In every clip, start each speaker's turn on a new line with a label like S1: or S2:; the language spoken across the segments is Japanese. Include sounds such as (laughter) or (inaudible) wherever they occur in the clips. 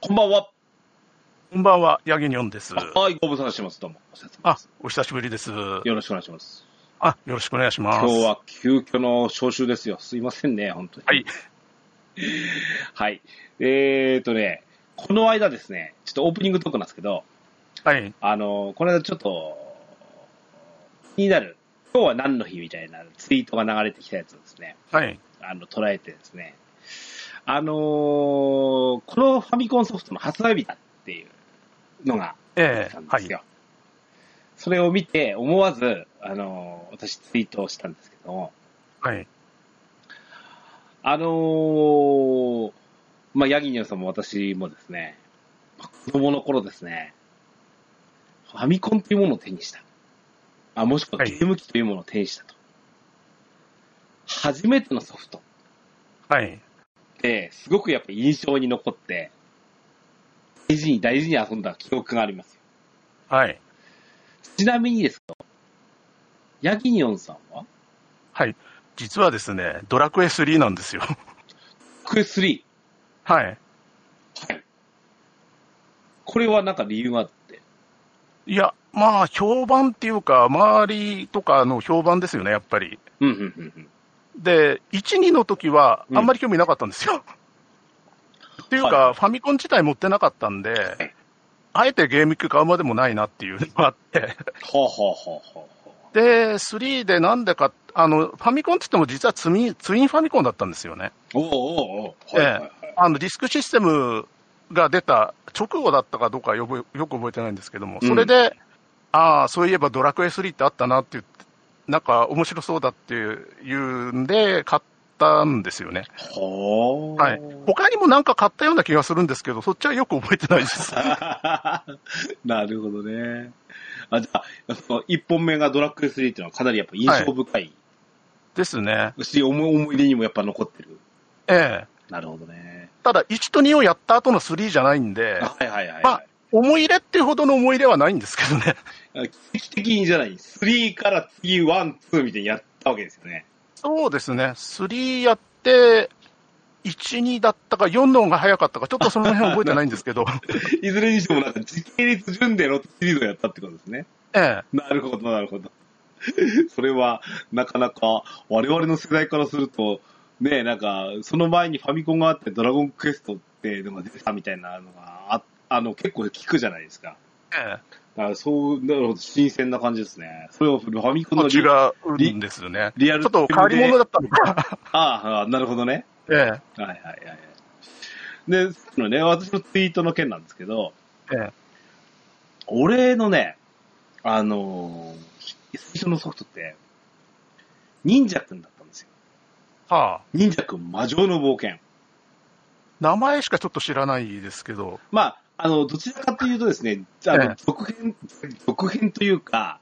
S1: こんばんは。
S2: こんばんは、ヤギニョンです。
S1: はい、ご無沙汰してます。どうも。お疲れ様です
S2: あ、お久しぶりです。
S1: よろしくお願いします。
S2: あ、よろしくお願いします。
S1: 今日。は急遽の招集ですよ。すいませんね、本当に。
S2: はい。
S1: はい。えーとね、この間ですね、ちょっとオープニングトークなんですけど、
S2: はい。
S1: あの、この間ちょっと、気になる、今日は何の日みたいなツイートが流れてきたやつをですね、
S2: はい。
S1: あの、捉えてですね、あのーこのファミコンソフトの発売日だっていうのが
S2: ええ
S1: たんで
S2: は
S1: す
S2: い。
S1: よ。それを見て、思わず、あの、私ツイートをしたんですけども、
S2: はい。
S1: あのーまあ、ヤギニョンさんも私もですね、まあ子供の頃ですね、ファミコンというものを手にした。あ、もしくは
S2: はい
S1: ゲーム機というものを手にしたと。初めてのソフト
S2: はい。
S1: って、すごくやっぱ印象に残って、大事に大事に遊んだ記憶がありますよ。
S2: はい。
S1: ちなみにですけど、ヤギニョンさんは
S2: はい。実はですね、ドラクエ3なんですよ。 (laughs)
S1: クエス3。
S2: はい。
S1: はい。これはなんか理由があって。
S2: いや、まあ、評判っていうか、周りとかの評判ですよね、やっぱり。
S1: うん、うん、うんうん。
S2: で、1、2の時は、
S1: うん
S2: あんまり興味なかったんですよ。っていうか、
S1: は
S2: ファミコン自体持ってなかったん
S1: い
S2: で、あえてゲーム機買うまでもないなっていうのがあって。
S1: ほうほうほうほうほう。
S2: で、3でなんでか、あの、ファミコンって言っても実はツイン、ツインファミコンだったんですよね。
S1: おうおうおう。はいはいはい。
S2: あの、ディスクシステムが出た直後だったかどうかよくよく覚えてないんですけども、それで、ああ、そういえばドラクエ3ってあったなって言って、なんか面白そうだっていうんで、買ったんですよね。
S1: ほう。 (laughs)
S2: はい。他にもなんか買ったような気がするんですけど、そっちはよく覚えてない
S1: (laughs)
S2: です。
S1: なるほどね。あ、じゃあ、その1本目がドラッグ3っていうのはかなりやっぱ印象深い
S2: ですね。
S1: し、思い思い出にもやっぱ残ってる。
S2: ええ。
S1: なるほどね。
S2: ただ、1と2をやった後の3じゃないんで、
S1: はいはいはい、
S2: まあ
S1: は
S2: 思い入れっていうほどの思い入れはないんですけどね。
S1: い。奇跡的にじゃない。3から次1、2みたいにやったわけですよね。
S2: そうですね、3やって、1、2だったか、4の方が早かったか、ちょっとその辺覚えてないんですけ (laughs) ど、
S1: いずれにしてもなんか時系列順でロットシリーズをやったってことですね。
S2: ええ、
S1: なるほど、なる (laughs) ほど。それは、なかなか、我々の世代からすると、ねえ、なんか、その前にファミコンがあって、ドラゴンクエストってのが出てたみたいなのが、ああの、結構聞くじゃないですか。
S2: ええ、
S1: だからそう、なるほど、新鮮な感じですね。それをファミコンの
S2: こっ
S1: リ
S2: ち
S1: ア
S2: が売るんですよね。
S1: リアル
S2: ちょっと変わり者だ
S1: だ
S2: ったのか。
S1: ああ、なるほどね。
S2: ええ、
S1: はいはいはいはい。で、そのね、私のツイートの件なんですけど、
S2: ええ、
S1: 俺のね、あのー最初のソフトって、忍者くんだったんですよ。
S2: はあ。
S1: 忍者くん魔女の冒険。
S2: 名前しかちょっと知らないですけど、
S1: まあ、あの、どちらかというとですね、あ
S2: ええ
S1: の、続編、続編というか、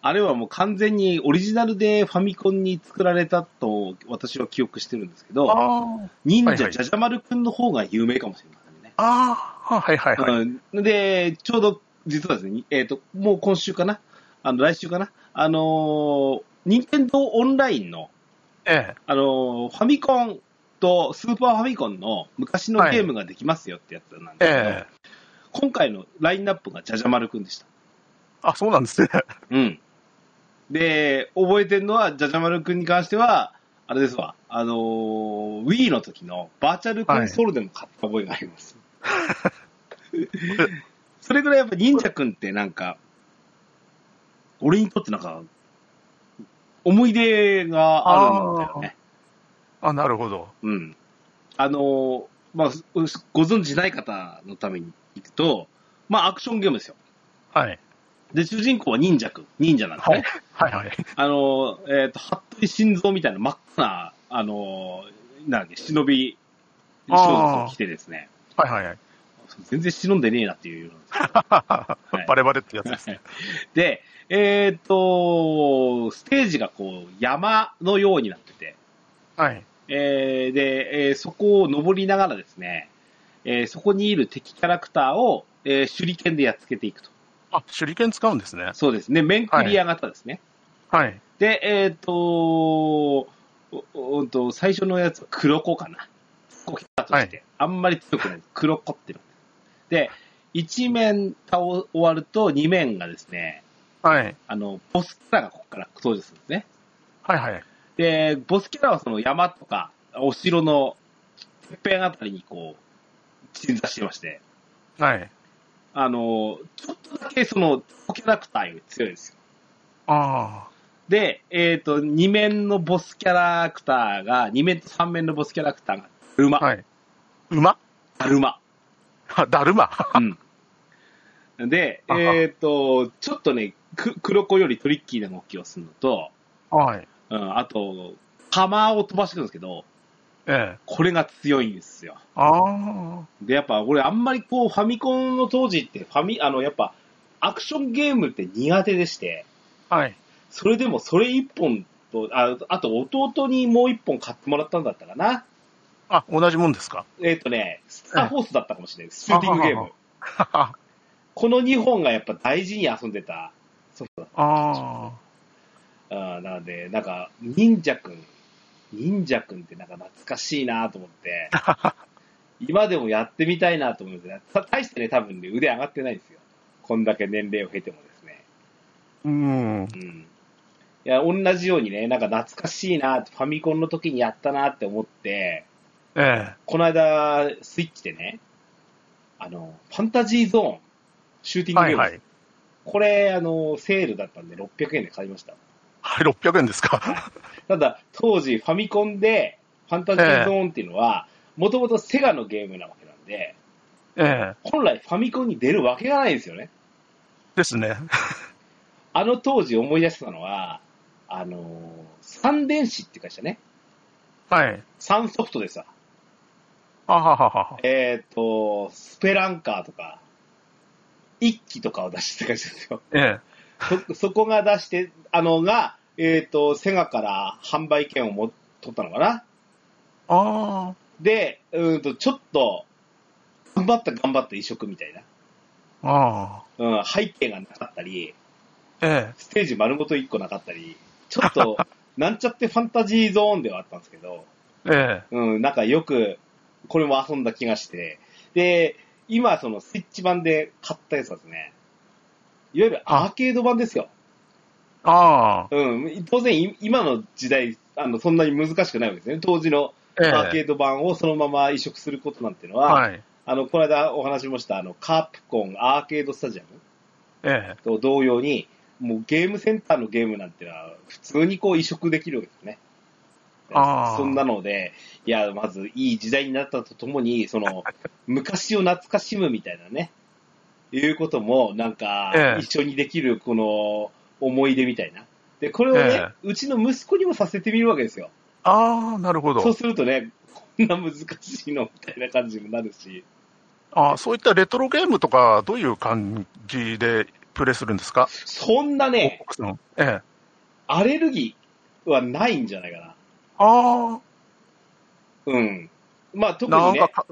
S1: あれはもう完全にオリジナルでファミコンに作られたと私は記憶してるんですけど、
S2: あ
S1: 忍
S2: はいは
S1: 者
S2: い
S1: じゃじゃ丸くんの方が有名かもしれませんね。
S2: あ、ああ、はいはいはい。
S1: うん、で、ちょうど、実はですね、えっ、と、もう今週かな、あの、来週かな、あのー、任天堂オンラインの、
S2: ええ、
S1: あのーファミコンとスーパーファミコンの昔のゲームができますよってやつなんですけど、
S2: ええ。
S1: 今回のラインナップがじゃじゃ丸くんでした。
S2: あ、そうなんですね。 (laughs)
S1: うん。で、覚えてるのは、じゃじゃ丸くんに関しては、あれですわ、あのー、Wii の時のバーチャルコンソールでも買った覚えがあり (laughs) ます。それぐらいやっぱ忍者くんってなんか、俺にとってなんか、思い出があるんだよね。
S2: あ、なるほど。
S1: うん。あのーまあ、ご存知ない方のためにいくと、まあ、アクションゲームですよ。
S2: はい。
S1: で、主人公は忍者くん。忍者なんです
S2: は
S1: ね
S2: い。。はいはい。
S1: あの、えっ、と、服部心臓みたいな真っ赤な、あの、なんだっけ、忍び、装束を着てですね、
S2: はいはいはい。
S1: 全然忍んでねえなっていうようなんですはい
S2: バレバレってやつですね。
S1: けど。で、えっ、と、ステージがこう、山のようになってて、
S2: はい。
S1: えーで、えーそこを登りながらですね、えーそこにいる敵キャラクターを、えー手裏剣でやっつけていくと。
S2: あ、手裏剣使うんですね。
S1: そうですね、面クリア型ですね。
S2: はい。
S1: で、えっ、とおおんと、最初のやつは黒子かな。こう来たとして、あんまり強くない。黒子っての。で、1面倒終わると2面がですね、
S2: はい。
S1: あの、ボスキャラがここから登場するんですね。
S2: はいはい。
S1: で、ボスキャラはその山とか、お城のてっぺんあたりにこう、鎮座してまして、
S2: はい。
S1: あの、ちょっとだけその、キャラクターより強いんですよ。
S2: あ
S1: で、えっ、と、2面のボスキャラクターが、2面と3面のボスキャラクターが、だるま、
S2: あ。はい。馬 (laughs)
S1: だるま。
S2: あだるま。
S1: うん。で、
S2: あは
S1: えっ、と、ちょっとね、く黒子よりトリッキーな動きをするのと、
S2: はい。
S1: うん、あと、釜を飛ばしてくるんですけど、
S2: ええ。
S1: これが強いんですよ。
S2: あ
S1: で、やっぱ俺あんまりこう、ファミコンの当時って、ファミ、あの、やっぱ、アクションゲームって苦手でして、
S2: あ。はい。
S1: それでもそれ一本と、ああと弟にもう一本買ってもらったんだったかな。
S2: あ、同じもんですか。
S1: えっ、とね、スターホースだったかもしれない。シ
S2: ええ
S1: ューティングゲー
S2: はは
S1: ム。
S2: (laughs) あ
S1: この2本がやっぱ大事に遊んでた。そうだ。
S2: あ。
S1: あーなので、なんか、忍者くん、忍者くんってなんか懐かしいなと思
S2: (laughs)
S1: って、今でもやってみたいなと思うんですね。た大してね、多分ね、腕上がってないんですよ。こんだけ年齢を経てもですね。
S2: うん。
S1: うん。いや、同じようにね、なんか懐かしいなって、ファミコンの時にやったなって思って、
S2: ええ。
S1: この間、スイッチでね、あの、ファンタジーゾーン、シューティング
S2: は
S1: ゲー
S2: い
S1: ム、
S2: はい。
S1: これ、あの、セールだったんで600円で買いました。
S2: はい、600円ですか。
S1: ただ、当時ファミコンでファンタジーゾーンっていうのは、もともとセガのゲームなわけなんで、
S2: ええ。
S1: 本来ファミコンに出るわけがないんですよね。
S2: (laughs) ですね。
S1: あの当時思い出したのは、あのー三電子って会社ね。
S2: はい。
S1: サンソフトでさ、
S2: あはははは。
S1: えっ、と、スペランカーとか、一機とかを出してた会社ですよ。
S2: ええ。
S1: そ、 (laughs) そこが出して、あのが、えっ、と、セガから販売権をも取ったのかな。
S2: あ
S1: で、うーんと、ちょっと、頑張った頑張った移植みたいな。
S2: あ。ああ。
S1: うん、背景がなかったり、
S2: ええ。
S1: ステージ丸ごと1個なかったり、ちょっ
S2: (laughs)
S1: と、なんちゃってファンタジーゾーンではあったんですけど、
S2: ええ。
S1: うん、なんかよく、これも遊んだ気がして、で、今、そのスイッチ版で買ったやつはですね、いわゆるアーケード版ですよ。
S2: ああ。
S1: うん、当然い、今の時代、あの、そんなに難しくないわけですね。当時の
S2: え
S1: アーケ
S2: え。
S1: ード版をそのまま移植することなんてのは、
S2: はい。
S1: あの、この間お話しました、あの、カープコンアーケードスタジアム
S2: ええ。
S1: と同様に、もうゲームセンターのゲームなんてのは、普通にこう移植できるわけですね。
S2: あー
S1: そんなので、いや、まずいい時代になったとともに、そ
S2: (laughs)
S1: の、昔を懐かしむみたいなね、いうことも、なん
S2: え
S1: か、
S2: え
S1: 一緒にできる、この、思い出みたいな。で、これをね
S2: え、
S1: うちの息子にもさせてみるわけですよ。
S2: ああ、なるほ
S1: そう
S2: ど。
S1: するとね、こんな難しいのみたいな感じになるし。
S2: ああ、そういったレトロゲームとか、どういう感じでプレイするんですか
S1: そんなね、
S2: 奥さん。ええ。
S1: アレルギーはないんじゃないかな。
S2: あ
S1: うん。まあ、特
S2: あ、な
S1: に
S2: ん
S1: ね
S2: か、か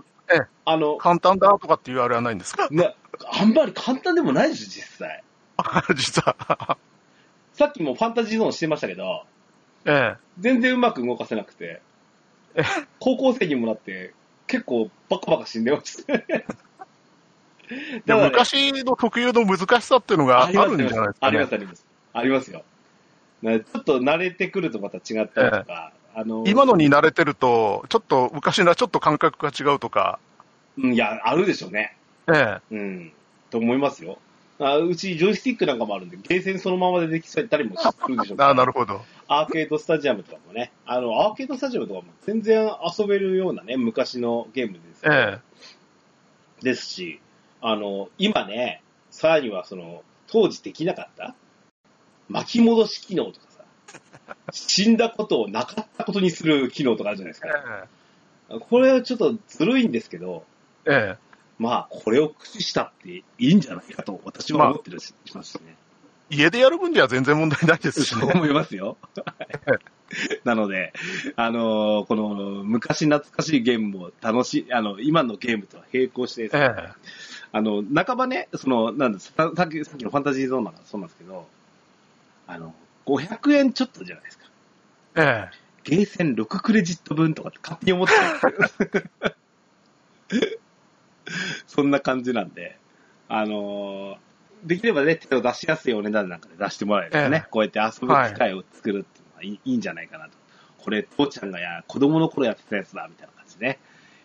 S1: あの、
S2: 簡単だとかっていうあれはないんですか
S1: な、あんまり簡単でもないでしょ、実際。
S2: (laughs) 実は。
S1: さっきもファンタジーゾーンしてましたけど、
S2: ええ。
S1: 全然うまく動かせなくて
S2: え、
S1: 高校生にもなって、結構バカバカ死んでました。だか
S2: で
S1: らね
S2: 昔の特有の難しさっていうのがあ
S1: あります
S2: るんじゃないです
S1: あ
S2: か
S1: ります、あ
S2: ね。
S1: ります。ありますよ。なちょっと慣れてくるとまた違ったりとか、あの、
S2: 今のに慣れてると、ちょっと昔のはちょっと感覚が違うとか。
S1: うん、いや、あるでしょうね。
S2: ええ。
S1: うん。と思いますよ。あうち、ジョイスティックなんかもあるんで、ゲーセンそのままでできそうやったりもするでしょう
S2: あ
S1: か
S2: あ、なるほど。
S1: アーケードスタジアムとかもね、あの、アーケードスタジアムとかも全然遊べるようなね、昔のゲームです,、
S2: ええ。
S1: ですし、あの、今ね、さらにはその、当時できなかった巻き戻し機能とかさ、
S2: (laughs)
S1: 死んだことをなかったことにする機能とかあるじゃないです
S2: え
S1: か。これはちょっとずるいんですけど、
S2: え。ええ。
S1: まあ、これを駆使したっていいんじゃないかと、私は思ってるし、しますね。
S2: 家でやる分には全然問題ないですし
S1: そう
S2: ね。
S1: 思いますよ。なので、あのーこの昔懐かしいゲームも楽しい、あの、今のゲームとは並行してです
S2: え
S1: ね、
S2: え。
S1: あの、半ばね、その、なんです、ささっきさっきのファンタジーゾーンなんかそうなんですけど、あの、500円ちょっとじゃないですか。
S2: ええ。
S1: ゲーセン6クレジット分とかって勝手に思ってたんですよ (laughs) そんな感じなんで、あのーできればね、手を出しやすいお値段なんかで出してもらえるとね、
S2: ええ
S1: こうやって遊ぶ機会を作るっていうのはいい,、い、いんじゃないかなと。これ、父ちゃんがや、子供の頃やってたやつだ、みたいな感じね、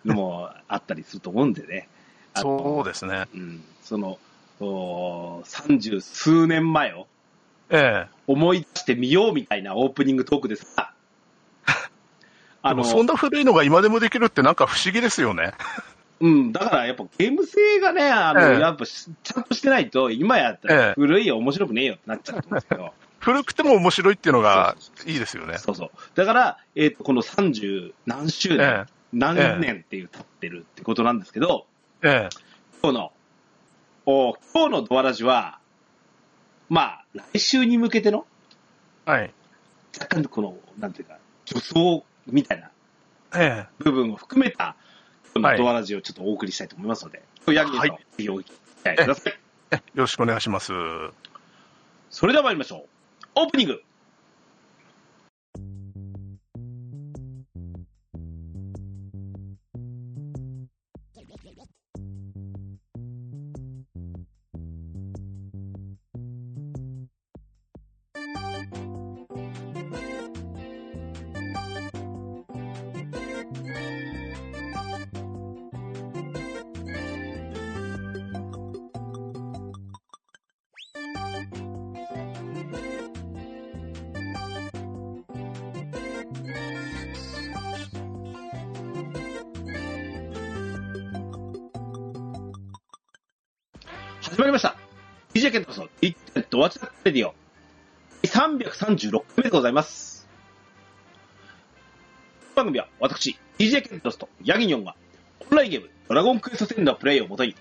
S1: のもあったりすると思うんでね。あと
S2: そうですね。
S1: うん、その、お三十数年前を
S2: ええ。
S1: 思い出してみようみたいなオープニングトークでさ、あ
S2: でもそんな古いのが今でもできるってなんか不思議ですよね。
S1: うん、だからやっぱゲーム性がね、あの、
S2: ええ
S1: やっぱしちゃんとしてないと、今やった
S2: ええ
S1: ら古いよ、面白くねえよってなっちゃうと思うんですけど、
S2: 古くても面白いっていうのがいいですよね。
S1: そうそう。だから、えっ、と、この30何周年、
S2: え
S1: 何年っていう経ってるってことなんですけど、
S2: え。え
S1: 今日の、お今日のドアラジは、まあ、来週に向けての、
S2: え。はい。
S1: 若干この、なんていうか、助走みたいな
S2: え
S1: 部分を含めた、今日のドアラジをちょっとお送りしたいと思いますので、ヤギさん、
S2: はい
S1: ぜひお聞きください。
S2: え。よろしくお願いします。
S1: それでは参りましょう。オープニング始まりました。DJ ケントの一点ドアチャッレディオ。336回目でございます。この番組は私、DJ ケントロスとヤギニョンがオンラインゲームドラゴンクエスト10のプレイをもとに、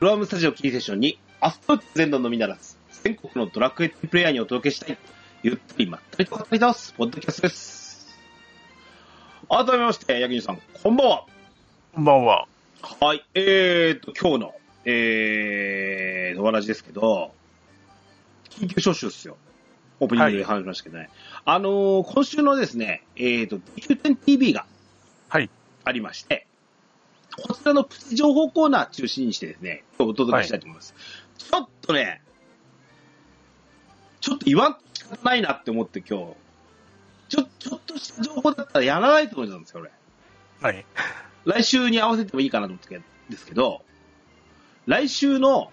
S1: ドラムスタジオキーセッションにアストロ全土のみならず、全国のドラクエ10プレイヤーにお届けしたい、ゆったりまったりと語り倒すポッドキャストです。改めまして、ヤギニョンさん、こんばんは。
S2: こんばんは。
S1: はい、えー、と、今日の、えー、お話ですけど、緊急招集ですよ。オープニングで話しましたけどね。あのー今週のですね、えーと、D9.TV が、
S2: はい。
S1: ありまして、こちらのプチ情報コーナー中心にしてですね、今日お届けしたいと思います。ちょっとね、ちょっと言わんと仕方ないなって思って今日、ちょ、ちょっとした情報だったらやらないと思ってたんですよ、俺。
S2: はい。
S1: 来週に合わせてもいいかなと思ってたんですけど、来週の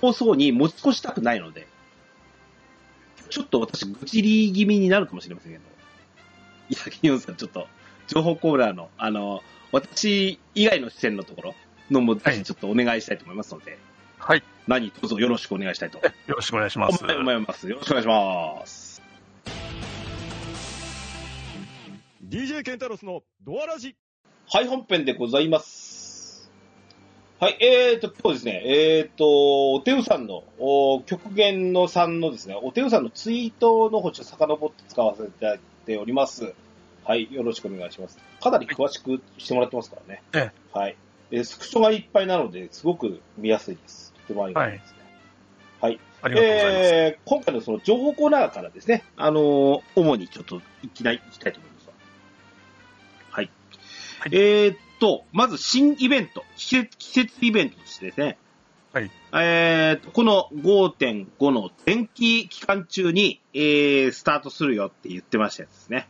S1: 放送に持ち越したくないので、ちょっと私、愚痴り気味になるかもしれませんけど、いや、金曜さん、ちょっと、情報コーナーの、あの、私以外の視点のところのも、ぜ
S2: は
S1: ひ
S2: い
S1: ちょっとお願いしたいと思いますので、
S2: はい。
S1: 何卒よろしくお願いしたいと
S2: えよろしくお願いします。
S1: 思います。よろしくお願いします。
S3: DJ ケンタロスのドアラジ
S1: はい、本編でございます。はい、えーと、今日ですね、えーと、おてうさんの、お極限のさんのですね、おてうさんのツイートの方、ちょっと遡って使わせていただいております。はい、よろしくお願いします。かなり詳しくしてもらってますからね。
S2: え
S1: はい。えースクショがいっぱいなので、すごく見やすいです。とてもありがたいですね。はい。
S2: ありがとうございます。
S1: えー今回のその情報コーナーからですね、あのー主にちょっといきない、いきたいと思います。はい。
S2: はい
S1: えーっと、まず新イベント、季節季節イベントとしてですね、
S2: はい。
S1: えーっと、この5.5の前期期間中に、えースタートするよって言ってましたやつですね。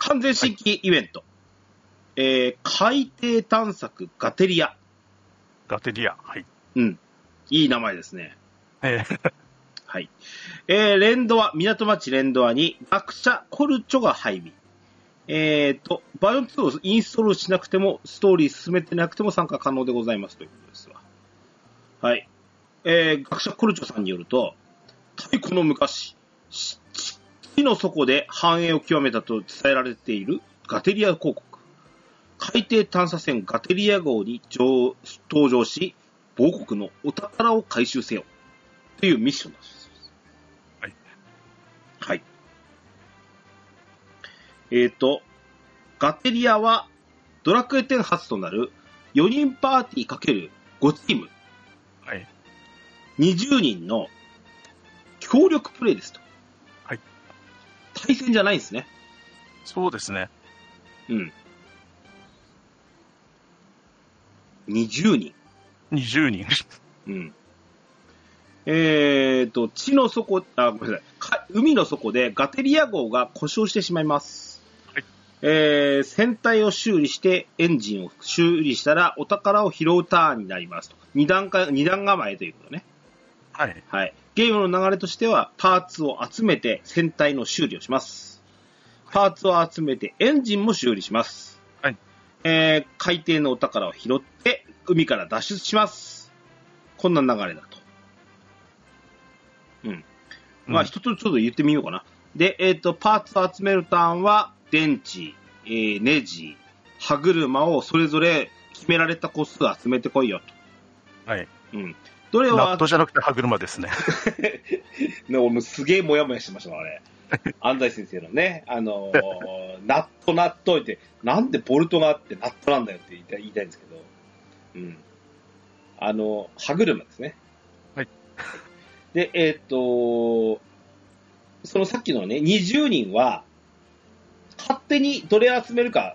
S1: 完全新規イベント。えー海底探索ガテリア。
S2: ガテリア。はい。
S1: うん。いい名前ですね。
S2: えー
S1: はい。えー、レンドア、港町レンドアに学者コルチョが配備。えーと、バージョン2をインストールしなくても、ストーリー進めてなくても参加可能でございますということですわ。はい。えー、学者コルチョさんによると、太古の昔、しし地の底で繁栄を極めたと伝えられているガテリア広告。海底探査船ガテリア号に乗登場し、母国のお宝を回収せよ。というミッションだそうです。
S2: はい。
S1: はい。えっ、と、ガテリアはドラクエ10発となる4人パーティー ×5 チーム
S2: はい。
S1: 20人の協力プレイですと。
S2: はい。
S1: 対戦じゃないんですね。
S2: そうですね。
S1: うん。 20人。
S2: 20人。 (laughs)
S1: うん。えーと、地の底、あ、ごめんなさいか。海の底でガテリア号が故障してしまいます。
S2: はい
S1: えー、船体を修理してエンジンを修理したらお宝を拾うターンになりますと。二段階、二段構えということね。
S2: はい。
S1: はい。ゲームの流れとしては、パーツを集めて船体の修理をします。パーツを集めてエンジンも修理します。
S2: はい。
S1: えー、海底のお宝を拾って、海から脱出します。こんな流れだと。うん。まあ、
S2: うん
S1: 一つちょっと言ってみようかな。で、えっ、と、パーツを集めるターンは、電池、えーネジ、歯車をそれぞれ決められた個数集めてこいよ
S2: はい。
S1: と。うん。どれを
S2: ナットじゃなくて歯車ですね。 (laughs)
S1: ね、俺もすげえもやもやしてましたもんあれ。安西先生のね、あのー
S2: (laughs)
S1: ナットナットって、なんでボルトがあってナットなんだよって言いたい言いたいんですけど、うん。あの、歯車ですね。
S2: はい。
S1: で、えーっと、そのさっきのね、20人は、勝手にどれ集めるか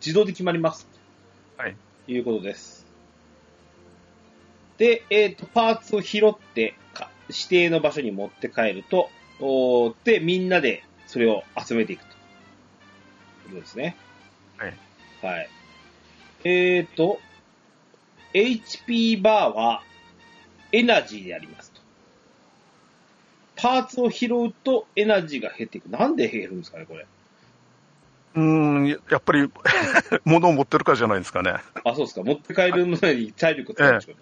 S1: 自動で決まります。
S2: はい。
S1: いうことです。で、えっ、と、パーツを拾ってか、指定の場所に持って帰ると、おーで、みんなでそれを集めていくと。いうことですね。
S2: はい。
S1: はい。えっ、と、HP バーはエナジーでありますと。パーツを拾うとエナジーが減っていく。なんで減るんですかね、これ。
S2: うーん、ややっぱり、 (laughs) 物を持ってるからじゃないですかね。
S1: あ、そうですか。持って帰るのに体力使うんでしょう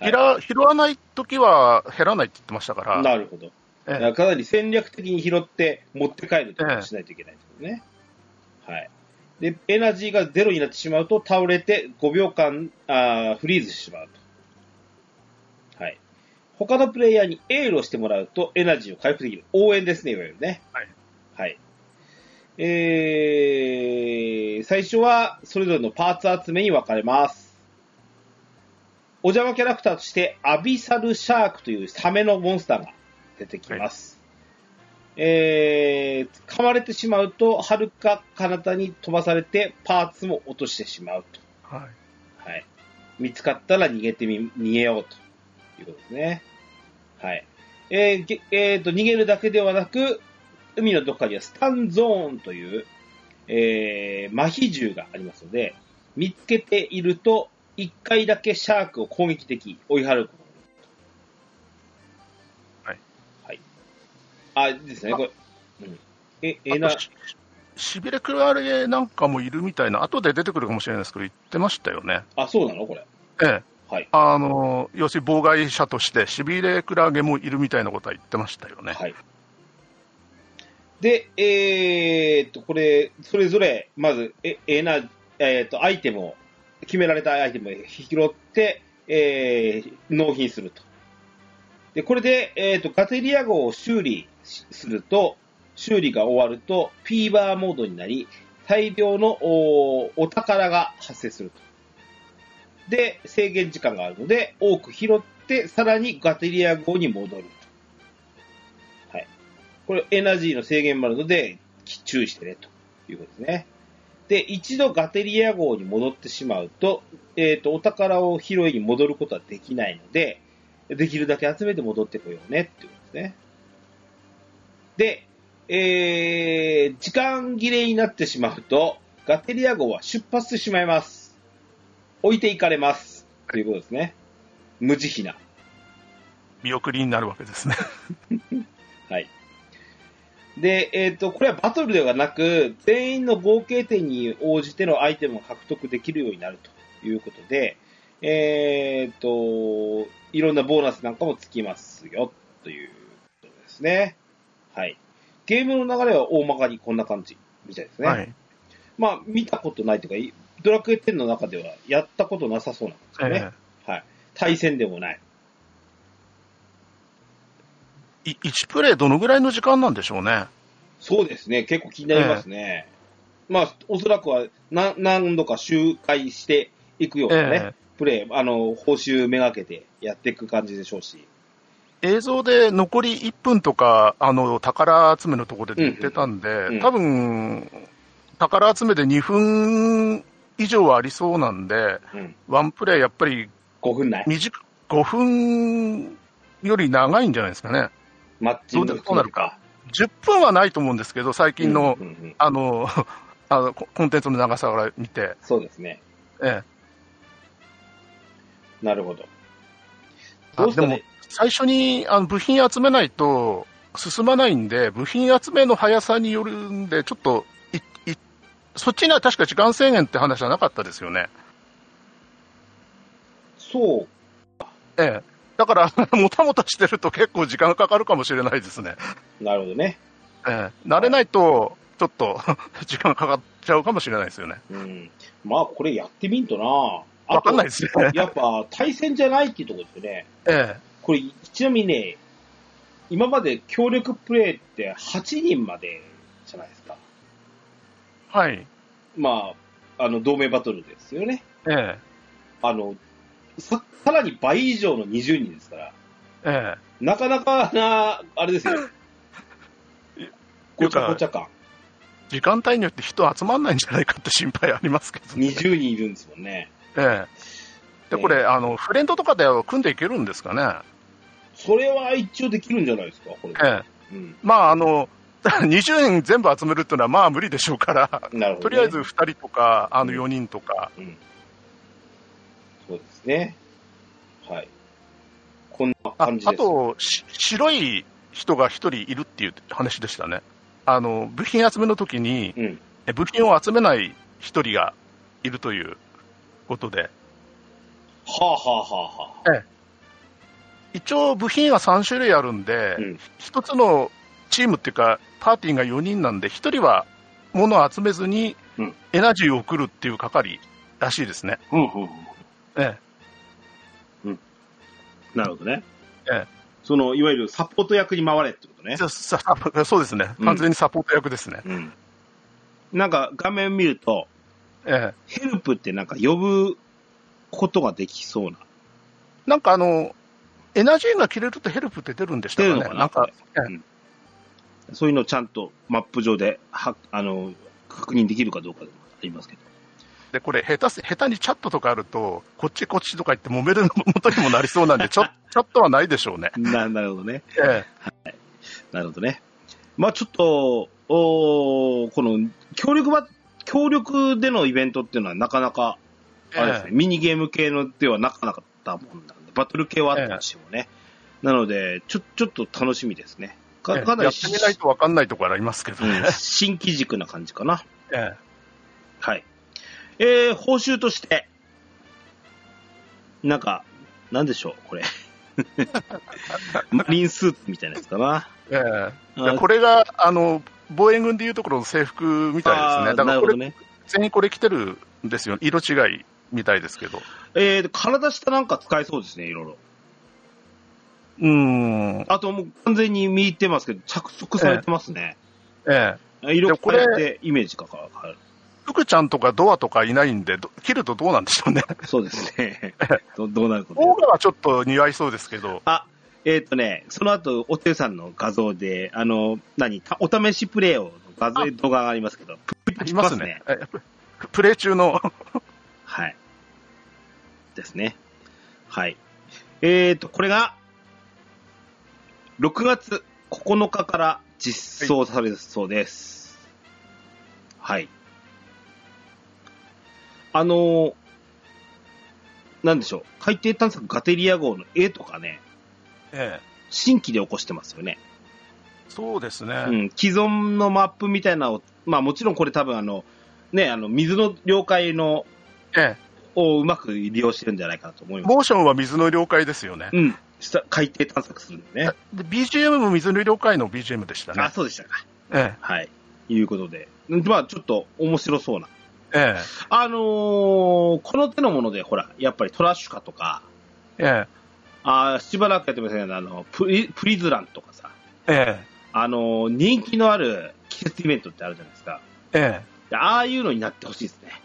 S1: か
S2: ひら拾わないときは減らないって言ってましたから。
S1: なるほど。
S2: ええ
S1: だからかなり戦略的に拾って持って帰るとかしないといけないってことね。はい。で、エナジーがゼロになってしまうと倒れて5秒間あーフリーズしてしまうと。はい。他のプレイヤーにエールをしてもらうとエナジーを回復できる。応援ですね、いわゆるね。
S2: はい。
S1: はい。えー、最初はそれぞれのパーツ集めに分かれます。お邪魔キャラクターとしてアビサルシャークというサメのモンスターが出てきます。えー、噛まれてしまうと、はるか彼方に飛ばされて、パーツも落としてしまうと。
S2: はい。
S1: はい。見つかったら逃げてみ、逃げようということですね。はい。えーげえーと、逃げるだけではなく、海のどこかにはスタンゾーンという、えー、麻痺銃がありますので、見つけていると、一回だけシャークを攻撃的、追い払うことができると。はい。はい。あ、ですね、これ。うん、え、えな
S2: あと、ししびれくわれなんかもいるみたいな、後で出てくるかもしれないですけど、言ってましたよね。
S1: あ、そうなのこれ。
S2: ええ。
S1: はい。
S2: あの、要するに妨害者として、しびれクラゲもいるみたいなことは言ってましたよね。
S1: はい。で、えーっと、これ、それぞれ、まず、え、えーな、えーっと、アイテムを、決められたアイテムを拾って、えー、納品すると。で、これで、えーっと、ガテリア号を修理しすると、修理が終わると、P バーモードになり、大量のおお宝が発生すると。で、制限時間があるので、多く拾って、さらにガテリア号に戻ると。これエナジーの制限もあるので、き注意してね、ということですね。で、一度ガテリア号に戻ってしまうと、えっ、と、お宝を拾いに戻ることはできないので、できるだけ集めて戻ってこようね、っていうことですね。で、えー、時間切れになってしまうと、ガテリア号は出発してしまいます。置いていかれます。ということですね。無慈悲な。
S2: 見送りになるわけですね。
S1: はい。で、えっ、と、これはバトルではなく、全員の合計点に応じてのアイテムを獲得できるようになるということで、えっ、と、いろんなボーナスなんかもつきますよ、ということですね。はい。ゲームの流れは大まかにこんな感じみたいですね。
S2: はい。
S1: まあ、見たことないというか、ドラクエ10の中ではやったことなさそうなんですよね。はい。対戦でもない。
S2: ええい1プレイどのぐらいの時間なんでしょうね。
S1: そうですね、結構気になりますね。まあ、おそらくは何何度か周回していくようなね、
S2: え
S1: プレー、あの、報酬めがけてやっていく感じでしょうし。
S2: 映像で残り1分とか、あの、宝集めのところで言ってたんで、
S1: んうん
S2: 多分、宝集めで2分以上はありそうなんで、
S1: うん。
S2: ワンプレイやっぱり
S1: 5分内。
S2: 2時5分より長いんじゃないですかね。
S1: マッチング
S2: どうなるか。10分はないと思うんですけど、最近の、
S1: うんうんうん
S2: あの、 (laughs) あのココンテンツの長さから見て、
S1: そうですね。
S2: ええ
S1: なるほど。
S2: あ
S1: どうした
S2: でも
S1: ね。
S2: 最初にあの部品集めないと進まないんで、部品集めの速さによるんで、ちょっといいそっちには確か時間制限って話はなかったですよね。
S1: そう。
S2: ええ、だから、 (laughs) もたもたしてると結構時間がかかるかもしれないですね。
S1: なるほどね。
S2: ええ、慣れないと、ちょっと (laughs) 時間かかっちゃうかもしれないですよね。
S1: うん。まあ、これやってみんとな。あと
S2: わかんないですよね。
S1: やっぱ、対戦じゃないっていうところですよね。
S2: ええ、
S1: これ、ちなみにね、今まで協力プレイって8人までじゃないですか。
S2: (laughs) はい。
S1: まあ、あの、同盟バトルですよね。
S2: ええ、
S1: あの、さ、さらに倍以上の20人ですから、
S2: え
S1: なかなかな、あれですよ。ごちゃごちゃ感。
S2: え、時間帯によって人集まんないんじゃないかって心配ありますけど、ね。
S1: 20人いるんですもんね。
S2: ええ。で、こ
S1: ええ
S2: れ、あの、フレンドとかでは組んでいけるんですかね。
S1: それは一応できるんじゃないですか、これ。
S2: ええ。
S1: うん。
S2: まあ、あの、20円全部集めるっていうのは、まあ無理でしょうから、
S1: なるほど、ね。
S2: とりあえず2。人とか、あの
S1: うん
S2: 4人とか、
S1: うん。そうですね。はい。こんな
S2: あ
S1: 感じ
S2: あ
S1: です。
S2: と、し白い人が1人いるっていう話でしたね。あの、部品集めの時に、
S1: うん。
S2: え部品を集めない1人がいるということで、
S1: はあはあはあはあ。
S2: 一応部品が3種類あるんで、
S1: うん
S2: 1つのチームっていうか、パーティーが4人なんで、1人は物を集めずに
S1: うん、
S2: エナジーを送るっていう係らしいですね。
S1: うんうんうん。
S2: ええ
S1: なるほどね。
S2: ええ
S1: その、いわゆるサポート役に回れってことね
S2: じ。ゃあささそうですね、
S1: うん
S2: 完全にサポート役ですね。
S1: うん。なんか画面見ると、
S2: ええ、
S1: ヘルプってなんか呼ぶことができそうな。
S2: なんかあの、エナジーが切れるとヘルプって出るんでした
S1: 出
S2: か
S1: る
S2: ね、
S1: のかな
S2: なんか、え
S1: うんそういうのをちゃんとマップ上で、は、あの、確認できるかどうかでもありますけ
S2: (laughs)
S1: ど。
S2: えでこれ下手す、下手にチャットとかあると、こっちこっちとか言って揉める元にもなりそうなん
S1: (laughs)
S2: で、ちょチャットはないでしょうね。
S1: な、なるほどね。
S2: ええ
S1: なるほどね。まあちょっと、おーこの、協力は、協力でのイベントっていうのはなかなか、あれですね、ミニゲーム系のではなかなかったもんなんで、バトル系はあったにしてもね。なので、ちょ、ちょっと楽しみですね。
S2: え
S1: か、
S2: え
S1: かな
S2: や
S1: り
S2: ってみないと分かんないところありますけどね。
S1: うん、新規軸な感じか
S2: (laughs)
S1: な。
S2: え
S1: はい。えー、報酬として、なんか、なんでしょう、
S2: (laughs)
S1: これ。マリンスーツみたいなやつかな。
S2: えええ
S1: あ
S2: でこれがあの防衛軍でいうところの制服みたいです
S1: あー
S2: ね、だか
S1: な
S2: ら
S1: るほ
S2: これ、
S1: どね。
S2: 全員これ着てるんですよ、色違いみたいですけど。
S1: えー、体下なんか使えそうですね、いろいろ。
S2: うーん、え
S1: あともう完全に見入ってますけど、着色されてますね。
S2: え
S1: 色
S2: こ
S1: 変
S2: れ
S1: えてイメージが変わる。
S2: 福ちゃんとかドアとかいないんで、ど切るとどうなんでし (laughs) ょうね。
S1: そうですね。どどうなること
S2: オーガはちょっと似合いそうですけど、
S1: あ、えっ、とね、その後、お手さんの画像で、あの、何、たお試しプレイを、画像、
S2: あ
S1: 動画がありますけど、プチプチ
S2: い
S1: し
S2: ますね。。えプレイ中の、
S1: はい。ですね。はい。えっ、と、これが、6月9日から実装されるそうです。はい。あのーなんでしょう。海底探索ガテリア号の絵とかね、
S2: ええ
S1: 新規で起こしてますよね。
S2: そうですね、
S1: うん、既存のマップみたいなのを、まあもちろんこれ多分あの、ね、あの、水の領海の、
S2: ええ
S1: をうまく利用してるんじゃないかなと思います。
S2: モーションは水の了解ですよね、
S1: うん。下海底探索するんでね。
S2: で BGM も水の了解の BGM でした
S1: あ、
S2: ね、
S1: そうでしたか。
S2: え
S1: はい。いうことで。んまあちょっと面白そうな。
S2: えええ
S1: あのーこの手のもので、ほら、やっぱりトラッシュカとか、
S2: え
S1: あーしばらくやってませんけど、あの、プリプリズランとかさ、
S2: ええ
S1: あのー人気のある季節イベントってあるじゃないですか。
S2: ええ
S1: でああいうのになってほしいですね。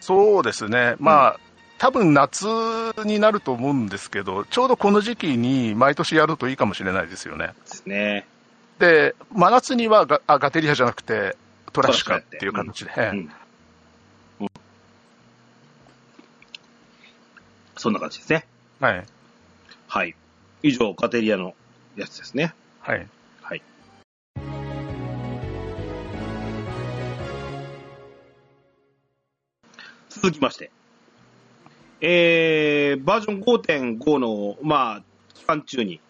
S2: そうですね、まあ、多分夏になると思うんですけど、ちょうどこの時期に毎年やるといいかもしれないですよね。
S1: ですね。
S2: で、真夏にはガあガテリアじゃなくて、トラシカっていう形で、ええ
S1: うんそんな感じですね。
S2: はい。
S1: はい。以上、カテリアのやつですね。
S2: はい。
S1: はい。続きまして。えー、バージョン5.5の、まあ、期間中に、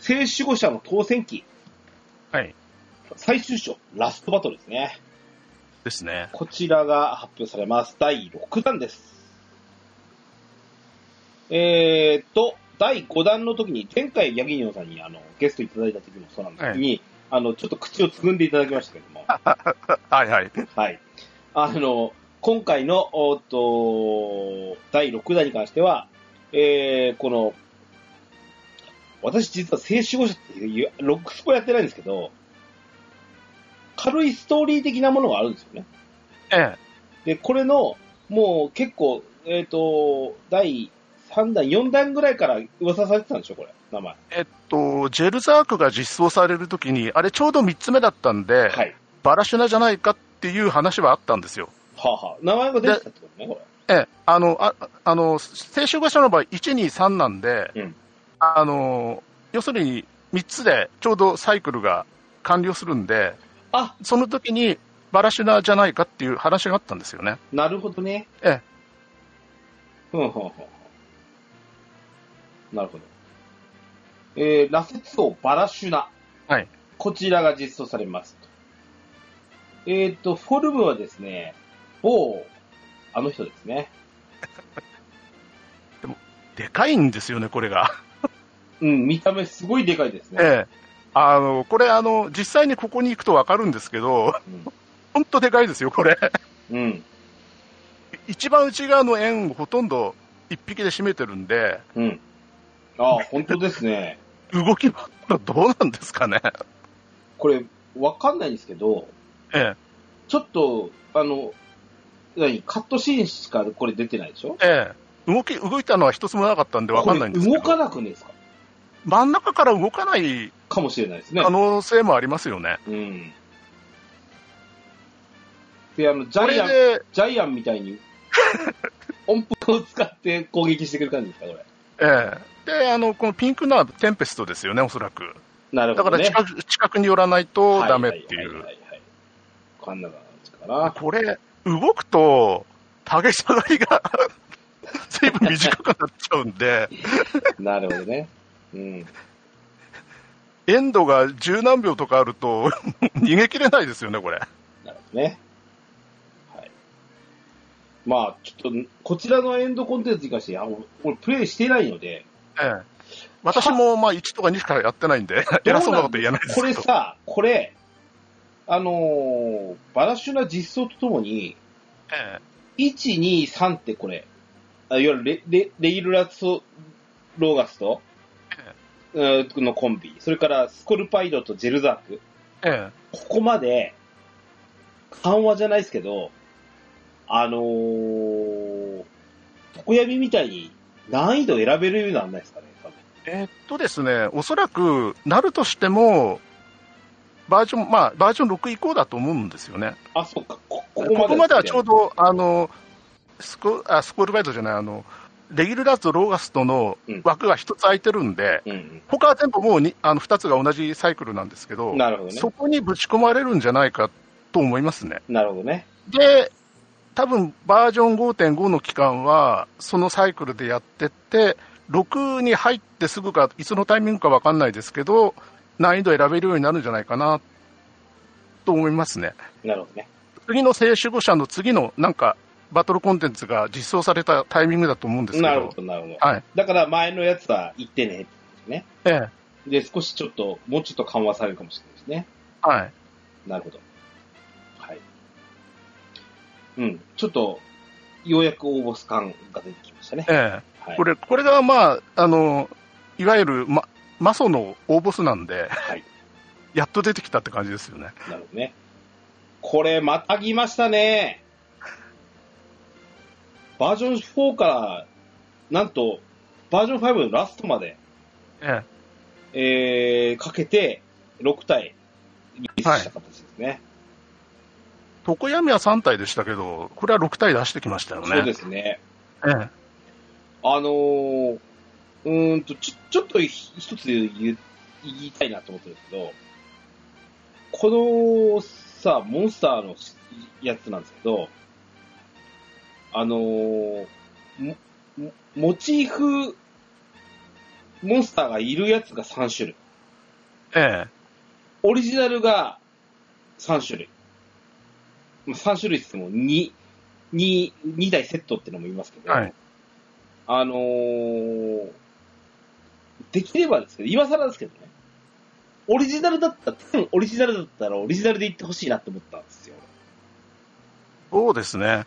S1: 聖守護者の当選期、
S2: はい。
S1: 最終章、ラストバトルですね。
S2: ですね。
S1: こちらが発表されます。第6弾です。えーっと、第5弾の時に、前回、ヤギニョンさんにあのゲストいただいた時もそうなんですけど、にあのちょっと口をつぐんでいただきましたけども、
S2: はいはい。
S1: はい。あの、今回の、おっと、第6弾に関しては、えー、この、私実は聖守護者っていう、ロックスポやってないんですけど、軽いストーリー的なものがあるんですよね。
S2: ええ。
S1: で、これの、もう結構、えっ、と、第3弾、4弾ぐらいから噂されてたんでしょ、これ、名前。
S2: えっと、ジェルザークが実装されるときに、あれちょうど3つ目だったんで、
S1: はい。
S2: バラシュナじゃないかっていう話はあったんですよ。
S1: はあ、はあ、名前が出てたってことね、こ
S2: ええ、あの、ああの、聖書会社の場合、1、2、3なんで、
S1: うん
S2: あの、要するに3つでちょうどサイクルが完了するんで、
S1: れ。あ、
S2: その時にバラシュナじゃないかっていう話があったんですよね。
S1: なるほどね。
S2: ええ。
S1: ふんふんふんふん。なるほど。えー、羅刹王バラシュナ。
S2: はい。
S1: こちらが実装されますと。えっ、と、フォルムはですね、某、あの人ですね。
S2: でかいんですよね、これが。
S1: うん、見た目すごいでかいですね。
S2: ええ。あの、これ、あの、実際にここに行くとわかるんですけど、ほんとでかいですよ、これ。
S1: うん。うん。
S2: 一番内側の円をほとんど一匹で占めてるんで、
S1: うん。ああ、本当です
S2: (laughs)
S1: ね。
S2: 動きはどうなんですかね。
S1: これ、わかんないんですけど、
S2: え
S1: ちょっと、あの、何、カットシーンしかこれ出てないでしょ
S2: え、ええ。動き、動いたのは一つもなかったんでわかんないんですけ
S1: これ
S2: ど、
S1: 動かなくねですか
S2: 真ん中から動かない
S1: かもしれないですね
S2: 可。能性もありますよね。
S1: うん。で、あの、ジ
S2: こ
S1: ャイ
S2: れ
S1: アン、
S2: で、
S1: ジャイアンみたい
S2: (laughs)
S1: に、音符を使って攻撃してくる感じですか、これ。
S2: ええ。で、あの、このピンクのはテンペストですよね、おそらく。
S1: なる
S2: だ
S1: ほ
S2: か
S1: ど、
S2: ら
S1: ね。
S2: 近く、近くに寄らないとダメってい
S1: はは
S2: う。
S1: いはいはいはい。こんな感じかな。
S2: これ、動くと、下げ下がりが、 (laughs) 随分短くなっちゃうんで、
S1: なるほどね。うん。
S2: エンドが十何秒とかある (laughs) と、逃げ切れないですよね、これ。
S1: なるほどね。はい。まあ、ちょっと、こちらのエンドコンテンツに関して、あの俺、プレイしてないので、
S2: ええ、私もまあ1とか2しかやってないんで、偉そうなこと言えないです
S1: こ
S2: け
S1: れ
S2: ど、
S1: さ、これ、あのーバラシュナ実装とともに、
S2: え
S1: 1、2、3ってこれ、あいわゆるレレレイルラツオローガスと、えーのコンビ、それからスコルパイドとジェルザーク、
S2: ええ
S1: ここまで、緩和じゃないですけど、あのー、床闇みたいに難易度選べるようになんないですかね、多分。
S2: ええっとですね、おそらくなるとしても、バージョン、まあ、バージョン6以降だと思うんですよね。
S1: あ、そっか、ここ
S2: こ
S1: まで。
S2: こまではちょう
S1: ど。
S2: ど、あの、スコあスコールバイトじゃない、あの、レギュラーズとローガストの枠が1つ空いてるんで、
S1: うん
S2: 他は全部もうにあの2つが同じサイクルなんですけ
S1: う
S2: ど
S1: ん。、なるほどね
S2: そ。こにぶち込まれるんじゃないかと思いますね。
S1: なるほどね。
S2: で、多分バージョン5.5の期間は、そのサイクルでやってって、6に入ってすぐか、いつのタイミングか分かんないですけど、難易度選べるようになるんじゃないかなと思いますね。
S1: なるほどね。
S2: 次の聖守護者の次のなんか、バトルコンテンツが実装されたタイミングだと思うんですけど、
S1: なるほど、なるほど。
S2: はい
S1: だから前のやつは1点ね。
S2: ええ、
S1: で、少しちょっと、もうちょっと緩和されるかもしれないですね。
S2: はい、
S1: なるほど。はい。うん。ちょっと、ようやく応募感が出てきましたね
S2: え。え、
S1: はい。
S2: これ、これがまあ、あの、いわゆる、ま、マソの大ボスなんで、
S1: はい。
S2: やっと出てきたって感じですよね。
S1: なるほどね。これ、またぎましたね。バージョン4から、なんと、バージョン5のラストまで、
S2: え
S1: えー、かけて、6体、リリースした形ですね。
S2: え、床闇は3体でしたけど、これは6体出してきましたよね。
S1: そうですね。
S2: ええ
S1: あのー、うーんと、ちょ、ちょっとひ一つ言う言いたいなと思ってるんですけど、このさ、モンスターのしやつなんですけど、あのー、ももモチーフ、モンスターがいるやつが3種類。
S2: ええ。
S1: オリジナルが3種類。まあ、3種類って言っても2、2、2台セットってのも言いますけど、
S2: はい
S1: あのーできればですけど、今更ですけどね、オリジナルだったら、10オリジナルだったらオリジナルで言ってほしいなって思ったんですよ。
S2: そうですね。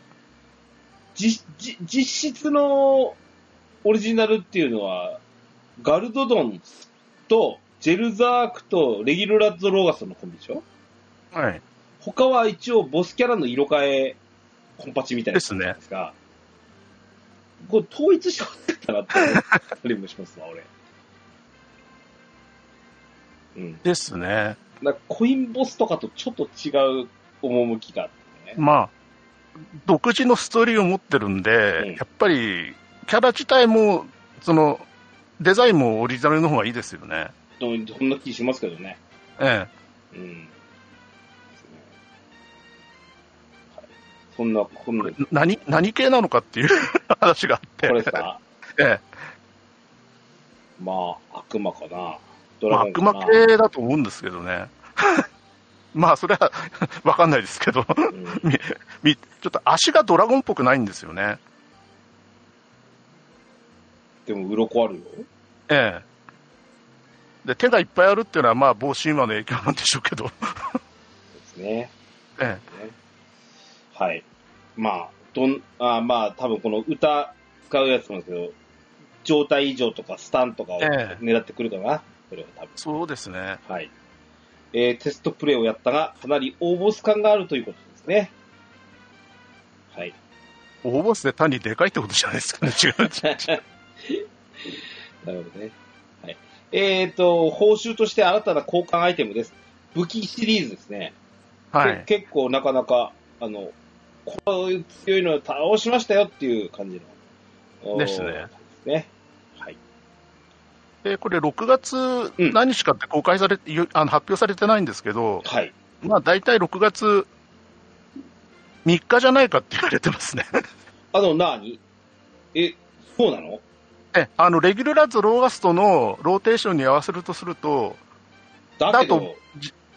S1: じじ実質のオリジナルっていうのは、ガルドドンとジェルザークとレギュラッド・ローガソンのコンビでしょ
S2: はい。
S1: 他は一応ボスキャラの色変えコンパチみたいな
S2: ですね。
S1: ですが、これ統一してほしかったなって思ったりもしますわ、俺。うん。
S2: ですね。
S1: なんかコインボスとかとちょっと違う趣があってね。
S2: まあ、独自のストーリーを持ってるんで、
S1: うん
S2: やっぱり、キャラ自体も、その、デザインもオリジナルの方がいいですよね。
S1: どうそんな気しますけどね。
S2: ええ。
S1: うん。ですねはい。そんな、こんな、こ
S2: 何、何系なのかっていう (laughs) 話があって。
S1: れさ、
S2: え
S1: まあ、悪魔かな。ド
S2: え。まあ
S1: ラゴンかな。
S2: 悪魔系だと思うんですけどね。 (laughs) まあ、それは、わかんないですけど。 (laughs)
S1: うん
S2: みみちょっと足がドラゴンっぽくないんですよね。
S1: でも、鱗あるよ。
S2: ええ。で、手がいっぱいあるっていうのは、まあ、防神話の影響なんでしょうけど。 (laughs)
S1: ですね。
S2: ええ。
S1: はい。まあ、どん、あまあ、多分この歌使うやつなんですけど、状態異常とかスタンとかを
S2: ええ
S1: 狙ってくるかな、これは多分。
S2: そうですね。
S1: はい。えーテストプレイをやったが、かなり大ボス感があるということですね。はい。
S2: 大ボスで単にでかいってことじゃないですかね。 (laughs) 違う。
S1: なるほどね。はい。えっ、と、報酬として新たな交換アイテムです。武器シリーズですね。
S2: は
S1: け
S2: い。
S1: 結構なかなか、あの、こういう強いのを倒しましたよっていう感じの。おー
S2: ですね。
S1: ね。はい。
S2: で、これ6月
S1: うん
S2: 何日かって公開され、ゆあの発表されてないんですけど、
S1: はい。
S2: まあ大体6月3日じゃないかって言われてますね。
S1: あの、なーにえ、そうなの
S2: えあの、レギュラーズ・ローガストのローテーションに合わせるとすると、
S1: だけど、
S2: だと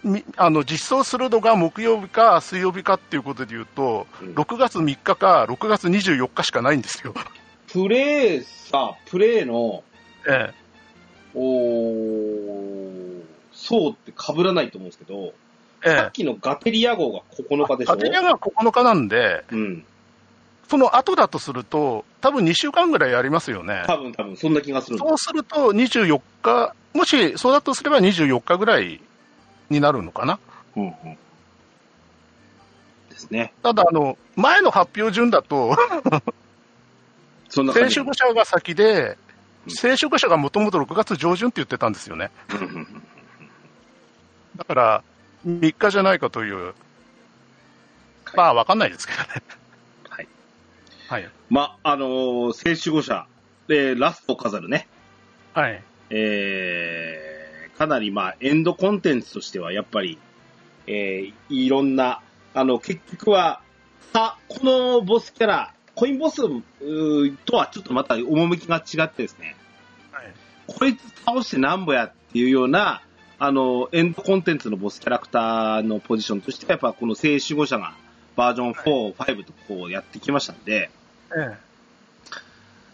S2: みあの実装するのが木曜日か水曜日かっていうことで言うと、
S1: うん
S2: 6月3日か6月24日しかないんですよ。
S1: プレイさ、プレイの、
S2: ええ、
S1: おーそうって被らないと思うんですけど、
S2: え
S1: さ
S2: え
S1: っ。きのガテリア号が9日でしょ
S2: アテリアが9日なんで、
S1: うん。
S2: その後だとすると、多分2週間ぐらいやりますよね。
S1: 多分多分、そんな気がするんだ
S2: そうすると24日、もしそうだとすれば24日ぐらいになるのかな。
S1: うんうん。ですね。
S2: ただ、あの、前の発表順だと、
S1: そんな
S2: 聖
S1: 感じ。
S2: 職者が先で、
S1: うん
S2: 聖職者がもともと6月上旬って言ってたんですよね。
S1: うんうんうん
S2: だから、3日じゃないかという、まあ、わかんないですけどね。
S1: はい。
S2: はい。
S1: ま、あのー、聖守護者、で、ラストを飾るね。
S2: はい。
S1: えー、かなり、まあ、エンドコンテンツとしては、やっぱり、えー、いろんな、あの、結局は、さ、このボスキャラ、コインボスうーとはちょっとまた趣が違ってですね、
S2: はい
S1: こいつ倒してなんぼやっていうような、あの、エンドコンテンツのボスキャラクターのポジションとしては、やっぱこの聖守護者がバージョン4、5とこうやってきましたんで、
S2: え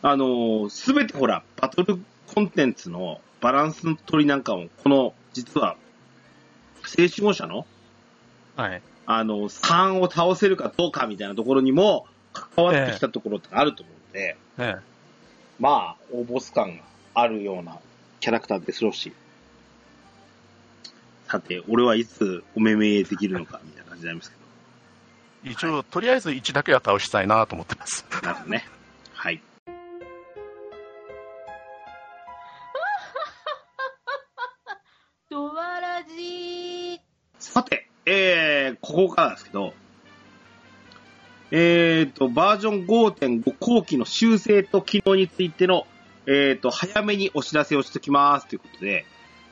S1: あの、すべてほら、バトルコンテンツのバランスの取りなんかも、この、実は、聖守護者の、
S2: え。はい。
S1: あの、3を倒せるかどうかみたいなところにも、関わってきたところってあると思うんで、
S2: え
S1: まあ、大ボス感があるようなキャラクターですろうし、さて、俺はいつお目目できるのか、みたいな感じになりますけど。
S2: え。一応、とりあえず1だけは倒したいなと思ってます。
S1: なるほどね。はい。
S4: ドワラジー。
S1: さて、えー、ここからですけど、ええっ、と、バージョン5.5後期の修正と機能についての、えっ、と、早めにお知らせをしておきますということで、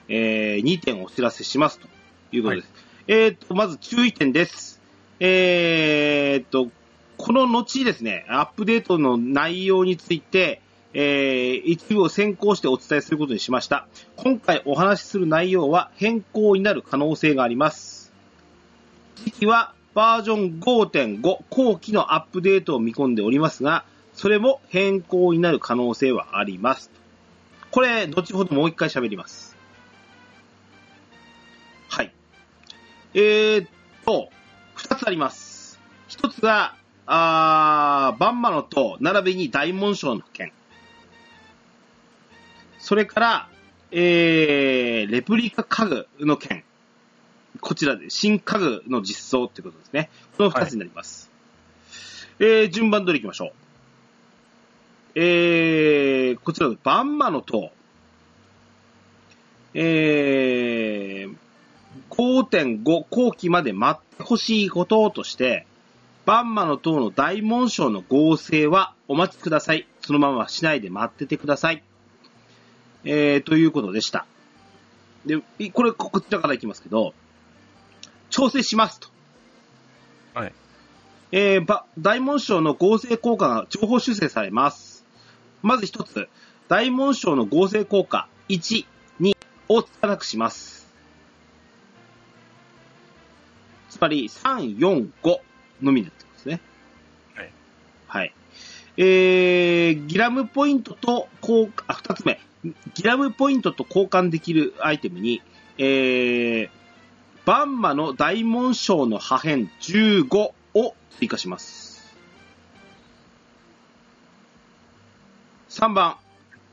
S1: えー、2点お知らせしますということです。えっ、と、まず注意点です。えっ、と、この後ですね、アップデートの内容について、えー一部を先行してお伝えすることにしました。今回お話しする内容は変更になる可能性があります。時期はバージョン5.5後期のアップデートを見込んでおりますが、それも変更になる可能性はあります。これ、後ほどもう一回喋ります。はい。えー、っと、二つあります。一つが、あーバンマの塔、並びに大紋章の剣。それから、えー、レプリカ家具の件。こちらで、新家具の実装ってことですね。この二つになります。えー、順番通り行きましょう。えー、こちらのバンマの塔。えー、5.5後期まで待ってほしいこととして、バンマの塔の大紋章の合成はお待ちください。そのまましないで待っててください。えー、ということでした。で、いこれ、ここちらからいきますけど、調整しますと。
S2: はい。
S1: えー、ば、大紋章の合成効果が情報修正されます。まず一つ、大紋章の合成効果1、2をつかなくします。つまり、3、4、5のみになってますね。
S2: はい。
S1: はい。えー、ギラムポイントと交換、あ、二つ目。ギラムポイントと交換できるアイテムに、えー、バンマの大紋章の破片15を追加します。3番、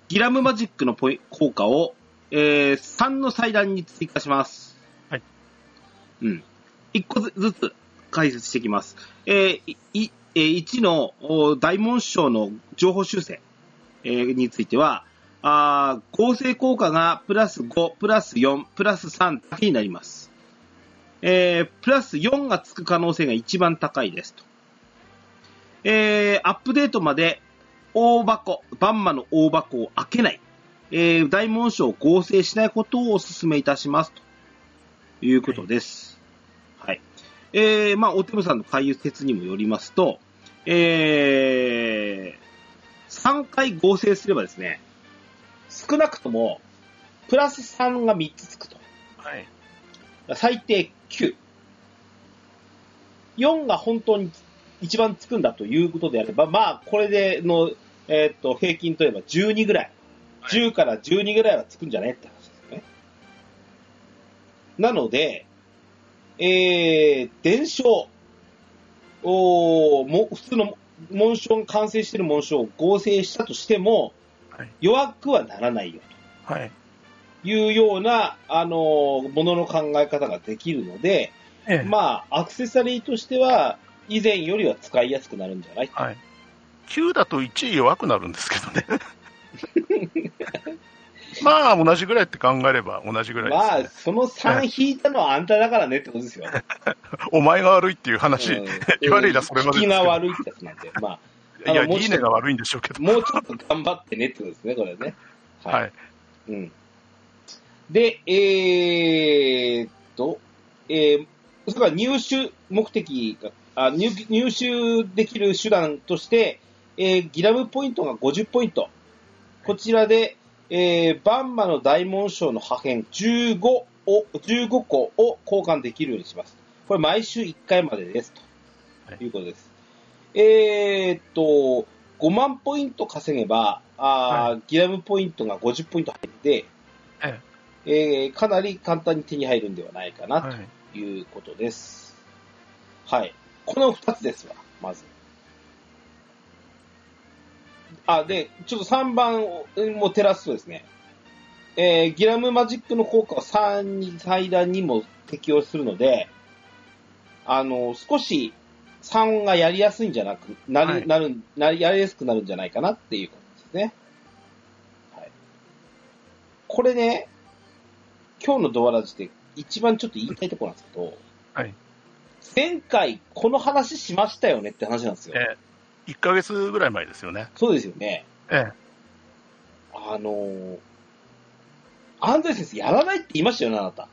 S1: ギラムマジックのポイ効果を、えー、3の祭壇に追加します。
S2: はい。
S1: うん。1個ずずつ解説していきます。えーいいえー1のお大紋章の情報修正、えーについては、あー合成効果がプラス5、プラス4、プラス3だけになります。えープラス4がつく可能性が一番高いですと。えーアップデートまで大箱、バンマの大箱を開けない、えー大紋章を合成しないことをお勧めいたしますということです。はい。えーまあ、おてむさんの解説にもよりますと、えー、3回合成すればですね、少なくとも、プラス3が3つつくと。
S2: はい。
S1: 最低9。4が本当に一番つくんだということであれば、まあ、これでの、えーっと、平均といえば12ぐらい。10から12ぐらいはつくんじゃねって話ですよね。なので、えー、伝承、おーも普通の紋章が完成している紋章を合成したとしても、
S2: はい
S1: 弱くはならないよ。
S2: はい。
S1: いうような、あのーものの考え方ができるので、
S2: ええ。
S1: まあ、アクセサリーとしては、以前よりは使いやすくなるんじゃない
S2: はい。9だと1位弱くなるんですけど (laughs) ね。まあ、同じぐらいって考えれば同じぐら
S1: ま
S2: い
S1: あ、
S2: です、ね
S1: その3引いたのはあんただからねってことですよ。
S2: お前が悪いっていう話、
S1: うん
S2: (laughs) 悪いなそれまでです
S1: 引き
S2: けど
S1: が悪いってやつなんで、まあ、
S2: いや、
S1: あのもう
S2: い
S1: ちょっと
S2: いねが悪いんでしょうけど。
S1: もうちょっと頑張ってねってことですね、これね。
S2: はい。
S1: うん。で、えーっと、えー、それから入手目的が、あ入入手できる手段として、えーギラムポイントが50ポイント。こちらで、えーバンマの大紋章の破片15を、15個を交換できるようにします。これ毎週1回までです。
S2: はい
S1: ということです。えーっと、5万ポイント稼げば、あーギラムポイントが50ポイント入って、え
S2: え
S1: ーかなり簡単に手に入るんではないかな
S2: はい。
S1: ということです。はい。この2つですわ、まず。あ、で、ちょっと3番をえも照らすとですね、えーギラムマジックの効果を3に、最大にも適用するので、あの、少し3がやりやすいんじゃなく、なる、
S2: はい
S1: なる、なりやりやすくなるんじゃないかなっていう感じですね。はい。これね、今日のドアラジで一番ちょっと言いたいところなんですけど、
S2: はい
S1: 前回この話しましたよねって話なんですよ。
S2: ええ、1ヶ月ぐらい前ですよね。
S1: そうですよね。
S2: ええ、
S1: あのー、安西先生やらないって言いましたよね、あなた。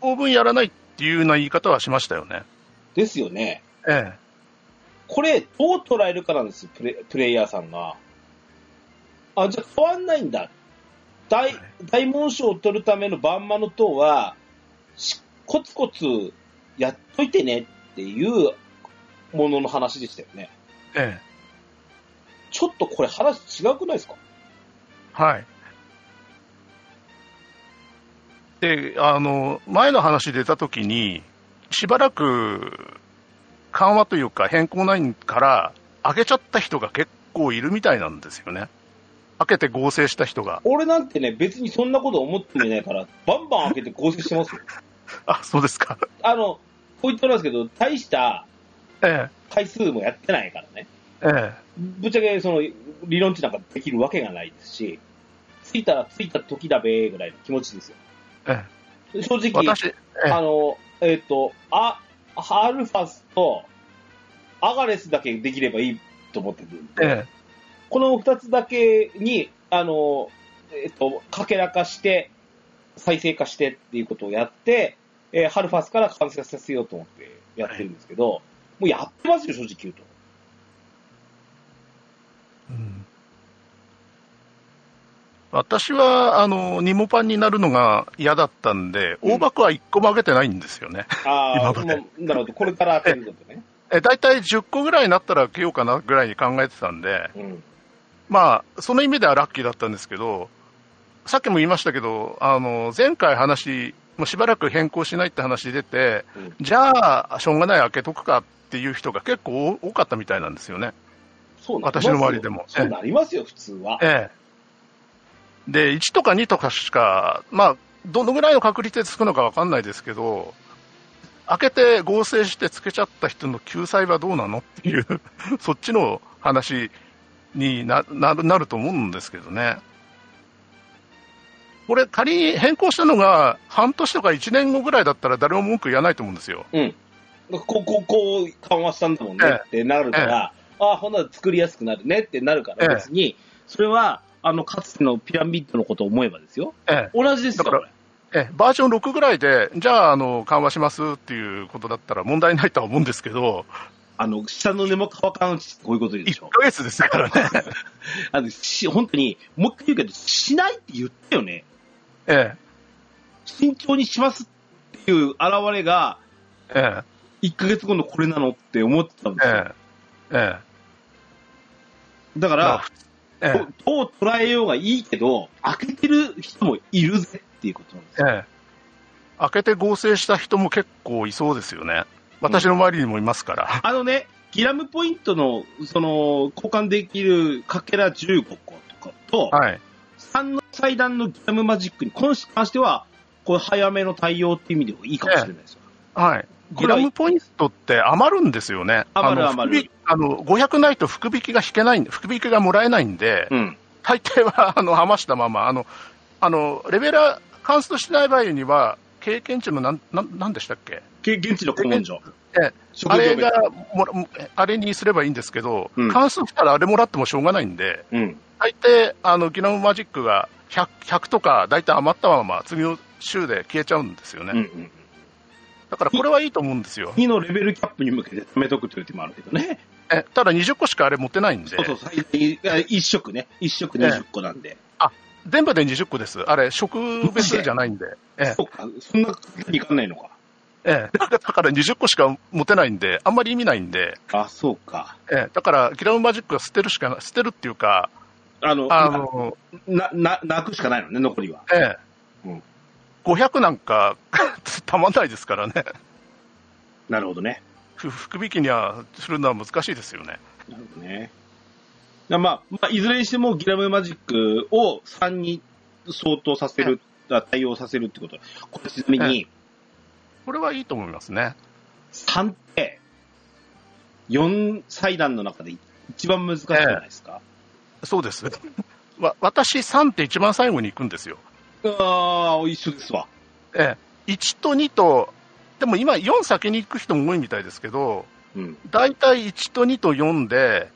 S2: 当分やらないっていうような言い方はしましたよね。
S1: ですよね。
S2: ええ、
S1: これ、どう捉えるかなんですよ、プレプレイヤーさんが。あ、じゃあ変わんないんだ。大
S2: はい、
S1: 大紋章を取るためのバンマの塔は、しコツコツやっといてねっていうものの話でしたよね。
S2: ええ、
S1: ちょっとこれ話違くないですか
S2: はい。で、あの、前の話出たときに、しばらく緩和というか変更ないから、上げちゃった人が結構いるみたいなんですよね。開けて合成した人が。
S1: 俺なんてね、別にそんなこと思ってもいないから、バンバン開けて合成してますよ。
S2: あ、そうですか。
S1: あの、ポイントなんですけど、大した
S2: え
S1: 回数もやってないからね。
S2: え、え
S1: ぶっちゃけ、その、理論値なんかできるわけがないですし、着いたら着いた時だべーぐらいの気持ちですよ。
S2: え
S1: 正
S2: え、
S1: 直、
S2: 私、え
S1: あの、えっ、と、あ、アルファスとアガレスだけできればいいと思ってるん
S2: え、
S1: で、
S2: え
S1: この二つだけに、あの、えっ、と、かけらかして、再生化してっていうことをやって、えーハルファスから完成させようと思ってやってるんですけど、もうやってますよ、正直言うと。
S2: えうん私は、あの、ニモパンになるのが嫌だったんで、
S1: うん
S2: 大箱は1個も上げてないんですよね。
S1: ああ、
S2: 今まで
S1: もうなるほど、これから開けるぞとね。
S2: え、大体10個ぐらいになったら開けようかなぐらいに考えてたんで、
S1: うん。
S2: まあ、その意味ではラッキーだったんですけど、さっきも言いましたけど、あの、前回話、もうしばらく変更しないって話出て、
S1: うん
S2: じゃあ、しょうがない開けとくかっていう人が結構多かったみたいなんですよね。
S1: そうなります
S2: 私
S1: よ
S2: の周りでも
S1: そうなりますよ、普通は。
S2: ええ。で、1とか2とかしか、まあ、どのぐらいの確率でつくのかわかんないですけど、開けて合成してつけちゃった人の救済はどうなのっていう、 (laughs) そっちの話にななるなると思うんですけどね。これ、仮に変更したのが半年とか1年後ぐらいだったら誰も文句言わないと思うんですよ。
S1: ここ、こう緩和したんだもんね
S2: ええ
S1: ってなるから、ああ、ほんなら作りやすくなるねってなるか
S2: え
S1: ら、
S2: え
S1: 別に、それは、あの、かつてのピラミッドのことを思えばですよ。
S2: え
S1: 同じですよ、
S2: だから
S1: こ
S2: えええ、バージョン6ぐらいで、じゃああの緩和しますっていうことだったら問題ないとは思うんですけど、
S1: れあの、下の根も乾かんうちってこういうこと言うで
S2: 1
S1: し
S2: ヶ
S1: ょ。
S2: 月ですからね。
S1: あの、し、本当に、もう一回言うけど、しないって言ったよね。
S2: (laughs) え
S1: 慎重にしますっていう現れが、
S2: え、え
S1: 1ヶ月後のこれなのって思ってたんで
S2: え、
S1: すよ。
S2: ええ、え
S1: だか
S2: え、
S1: ら、
S2: ええ、
S1: どう捉えようがいいけど、開けてる人もいるぜっていうことなんですよ。
S2: ええ、開けて合成した人も結構いそうですよね。私の周りにもいますから。
S1: あのね、ギラムポイントの、その、交換できるかけら15個とかと、
S2: はい。
S1: 3の祭壇のギラムマジックに関し関しては、こう早めの対応っていう意味でもいいかもしれないですよ。
S2: はい。
S1: こ
S2: グ
S1: れ
S2: ラ
S1: は
S2: ムポイントって余るんですよね。
S1: 余る
S2: あの
S1: 余る
S2: 福引あの、500ないと福引きが引けないん、福引きがもらえないんで、
S1: うん。
S2: 大抵は、あの、余したまま、あの、あの、レベルはカンストしてない場合には、経験値もなん、なん、なんでしたっけ
S1: け現地の古文書。
S2: ええ
S1: 職
S2: あ
S1: 業
S2: れが
S1: 別。
S2: もら、あれにすればいいんですけど、
S1: うん
S2: 関数したらあれもらってもしょうがないんで、
S1: うん。
S2: 大抵、あの、ギノムマジックが 100, 100とか、大体余ったまま、次の週で消えちゃうんですよね。
S1: うんうん。
S2: だから、これはいいと思うんですよ。
S1: 2のレベルキャップに向けて貯めとくという手もあるけどね。
S2: えただ、20個しかあれ持ってないんで、
S1: そうそうそう。1色ね。1色20個なんで。
S2: 全部で20個です。あれ、職別じゃないんで。え
S1: そうか。そんな簡単にいかんないのか。
S2: ええ、だからだから20個しか持てないんで、あんまり意味ないんで、
S1: あ、そうか。
S2: ええ、だから、ギノムマジックは捨てるしかな、捨てるっていうか、
S1: あの、
S2: あの、
S1: な、な、泣くしかないのね、残りは。
S2: ええ
S1: うん
S2: 500なんか、 (laughs) たまんないですからね。
S1: なるほどね。
S2: ふ福引きにはするのは難しいですよね。
S1: なるほどね。だまあ、まあ、いずれにしてもギラムマジックを3に相当させる、あ対応させるってこと。これちなみに、
S2: これはいいと思いますね。
S1: 3って、4祭壇の中で一番難しいじゃないですか。
S2: そうです。 (laughs) わ私3って一番最後に行くんですよ。
S1: ああ、一緒ですわ。
S2: ええ、1と2とでも今、4先に行く人も多いみたいですけど、
S1: うん。
S2: 大体1と2と4で、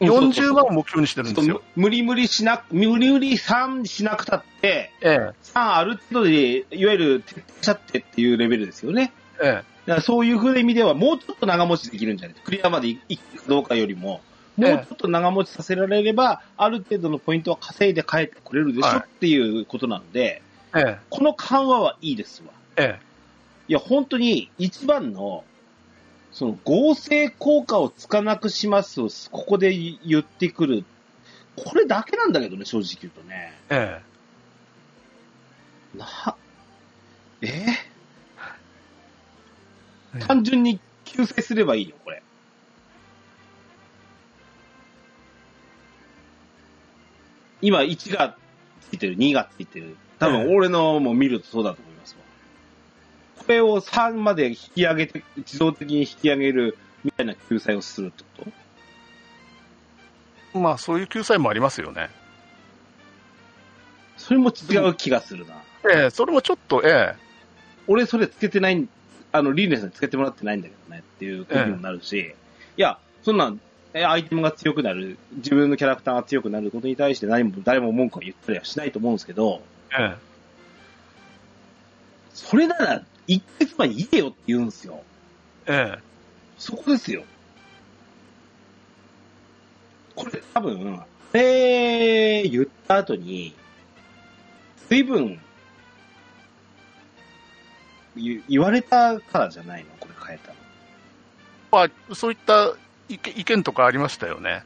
S2: 40万を目標にしてるんですよ。
S1: 無理無理しな、無理無理3しなくたって、
S2: え
S1: 3ある程度で、いわゆる徹底しちゃってっていうレベルですよね。
S2: え、え
S1: だからそういうふうな意味では、もうちょっと長持ちできるんじゃないクリアまでいいくかどうかよりも、もうちょっと長持ちさせられれば、ある程度のポイントは稼いで帰ってくれるでしょ
S2: はい
S1: っていうことなので、
S2: え、え
S1: この緩和はいいですわ。
S2: え、え
S1: いや、本当に一番の、その合成効果をつかなくしますをここで言ってくる。これだけなんだけどね、正直言うとね。
S2: え、え
S1: な、え
S2: え
S1: 単純に救済すればいいよ、これ。今、1がついてる、2がついてる。多
S2: え
S1: 分、
S2: え
S1: 俺のも見るとそうだと思いますわ。これを3まで引き上げて、自動的に引き上げるみたいな救済をするってこと
S2: まあそういう救済もありますよね。
S1: それも違う気がするな。
S2: ええ、それもちょっと、え
S1: 俺それつけてないん、あの、リーネさんにつけてもらってないんだけどねっていうことにもなるし、いや、そんなん、えアイテムが強くなる、自分のキャラクターが強くなることに対して何も、誰も文句を言ったりはしないと思うんですけど、
S2: え、え
S1: それなら、一ヶ月前に言えよって言うんですよ。
S2: え、え
S1: そこですよ。これ多分、えー、言った後に、随分、言言われたからじゃないのこれ変えたの。
S2: え。まあそういった意見意見とかありましたよね。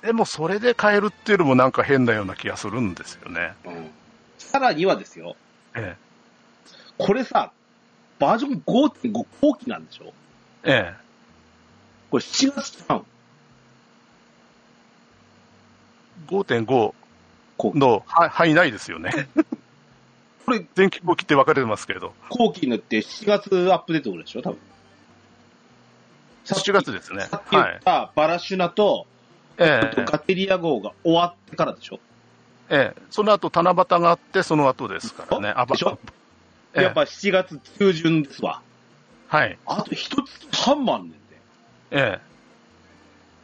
S2: でもそれで変えるっていうのもなんか変なような気がするんですよね。
S1: さらにはですよ、
S2: え
S1: これさ、バージョン5.5後期なんでしょ
S2: え、え
S1: これ7月じゃん。
S2: え。5.5
S1: 後期
S2: のは範囲内ですよね。
S1: (laughs) これ
S2: 全規模切って分かれてますけれど。
S1: 後期になって7月アップデートぐらいでしょ多分。
S2: 7月ですね
S1: さっ。き言
S2: は
S1: っ
S2: い。
S1: たバラシュナと、
S2: え
S1: あとガテリア号が終わってからでしょ、
S2: え、ええ。その後七夕があって、その後ですからね。あ
S1: でしょ
S2: ええ
S1: やっぱ7月中旬ですわ。
S2: はい。
S1: あと一月半もあんねんで。
S2: え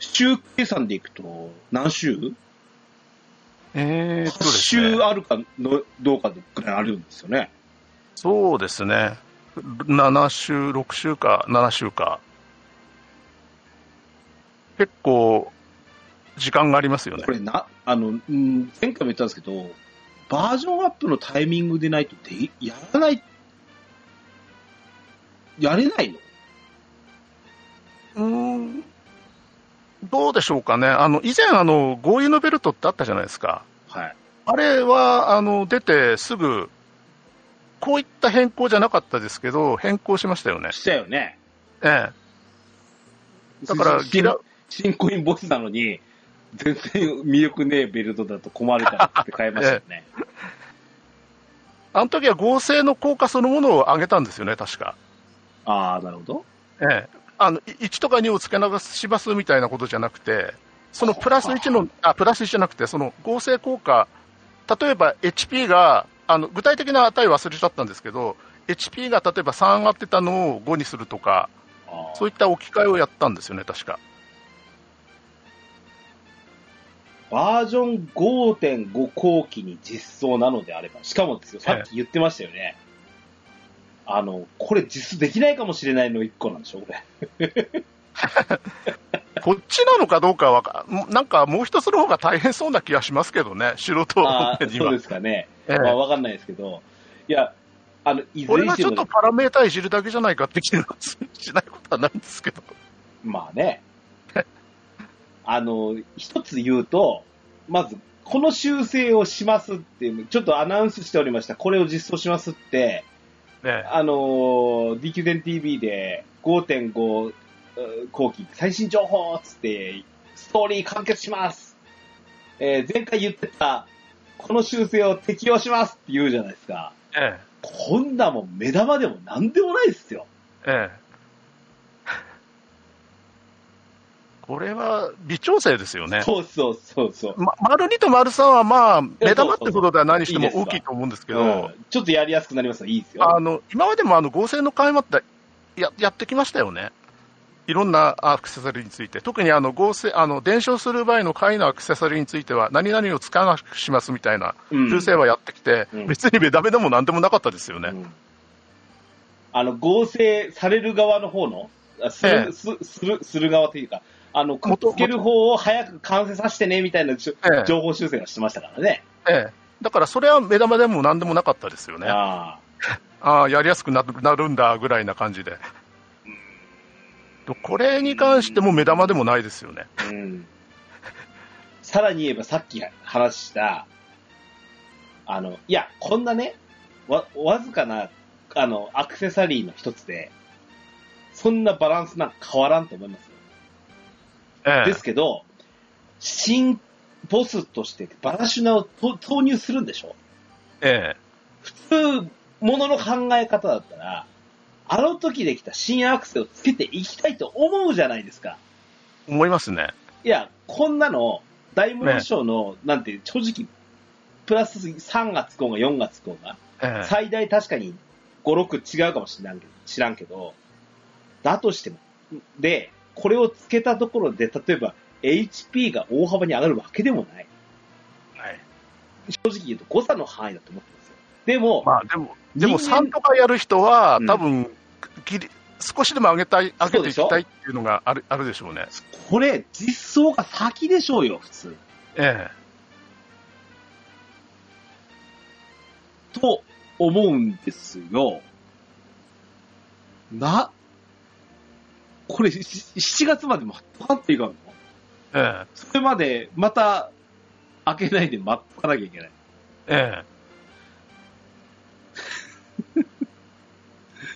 S1: 週計算でいくと、何週
S2: え。ええ、そう
S1: ?8
S2: ですね
S1: 週あるかのどうかぐらいあるんですよね。
S2: そうですね。7週、6週か、7週か。結構、時間がありますよね
S1: こ。れな、あの、うん前回も言ったんですけど、バージョンアップのタイミングでないとでい、やらない、やれないの
S2: うーん。どうでしょうかね。あの、以前、あの、合意のベルトってあったじゃないですか。
S1: はい。
S2: あれは、あの、出てすぐ、こういった変更じゃなかったですけど、変更しましたよね。
S1: したよね。
S2: ええ。だから、
S1: 新
S2: ギラ、
S1: 新コインボスなのに、全然魅力ねえベルトだと困るからって変えま
S2: (laughs)
S1: したよね。
S2: あの時は合成の効果そのものを上げたんですよね、確か。
S1: ああ、なるほど。
S2: ええ、あのい1とか2を付け流しますみたいなことじゃなくて、そのプラス1の、あプラス1じゃなくて、その合成効果、例えば HP が、あの具体的な値忘れちゃったんですけど、HP が例えば3上がってたのを5にするとか、
S1: あー
S2: そういった置き換えをやったんですよね、確か。
S1: バージョン5.5後期に実装なのであれば、しかもですよ、さっき言ってましたよね。あの、これ実装できないかもしれないの1個なんでしょ、これ。
S2: こっちなのかどうかはか、もなんかもう一つの方が大変そうな気がしますけどね、素人
S1: あ
S2: (laughs)
S1: あ、
S2: に
S1: そう
S2: は
S1: で。すかね。
S2: ええ
S1: まあ、わかんないですけど。いや、あの、いず
S2: こ
S1: れ
S2: れ
S1: に
S2: が
S1: して
S2: ちょ
S1: も
S2: っ
S1: ね、
S2: とパラメータいじるだけじゃないかって気がしないことはないんですけど。
S1: まあね。 (laughs) あの、一つ言うと、まず、この修正をしますっていう、ちょっとアナウンスしておりました。これを実装しますって、
S2: ね
S1: あのー、DQ10TV で5.5えー後期最新情報っつって、ストーリー完結します。えー前回言ってた、この修正を適用しますって言うじゃないですか。
S2: ええ
S1: こんなもん目玉でも何でもないですよ。
S2: ええ。 (laughs) これは微調整ですよね。
S1: そうそうそうそう。
S2: ま、丸2と丸3はまあ、目玉ってことでは何しても
S1: そうそうそう
S2: 大きいと思うんですけ
S1: う
S2: ど、
S1: んちょっとやりやすくなりますよ。いいですよ。
S2: あの、今までもあの合成の買い物ってややってきましたよね。いろんなアクセサリーについて。特にあの合成、あの、伝承する場合の会のアクセサリーについては、何々を使わなくしますみたいな
S1: うん
S2: 修正はやってきて、
S1: うん
S2: 別に目玉でも何でもなかったですよね。
S1: うんあの合成される側の方の、あす
S2: ええ
S1: るすするする側というか、あのくっつける方を早く完成させてねみたいなじょ
S2: ええ
S1: 情報修正はしてましたからね。
S2: ええ。だからそれは目玉でも何でもなかったですよね。あ
S1: ああ
S2: あー、やりやすくななるんだぐらいな感じで。とこれに関しても目玉でもないですよね。
S1: うんさらに言えばさっき話した、あの、いや、こんなね、わ、わずかな、あの、アクセサリーの一つで、そんなバランスなんか変わらんと思いますよ。
S2: ええ
S1: で。すけど、新ボスとしてバラシュナをと投入するんでしょ
S2: ええ。
S1: 普通、ものの考え方だったら、あの時できた新アクセをつけていきたいと思うじゃないですか。
S2: 思いますね。
S1: いや、こんなの、大物賞の、なんて、正直、プラス3月号が4月号が、
S2: ええ。
S1: 最大確かに5、6違うかもしれないけど、知らんけど、だとしても、で、これをつけたところで、例えば、HP が大幅に上がるわけでもない。
S2: はい
S1: 正直言うと誤差の範囲だと思ってますよ。でも、
S2: まあでも、でも
S1: 人間
S2: 3とかやる人は
S1: う、ん
S2: 多分、ぎり少しでも上げたい、上げていき
S1: そう
S2: た
S1: で
S2: いっていうのがあるあるでしょうね。
S1: これ、実装が先でしょうよ、普通。
S2: え
S1: と思うんですよ。な、これ、し7月まで待っとかんといかんの
S2: え。え
S1: それまで、また、開けないで待っとかなきゃいけない。
S2: え。え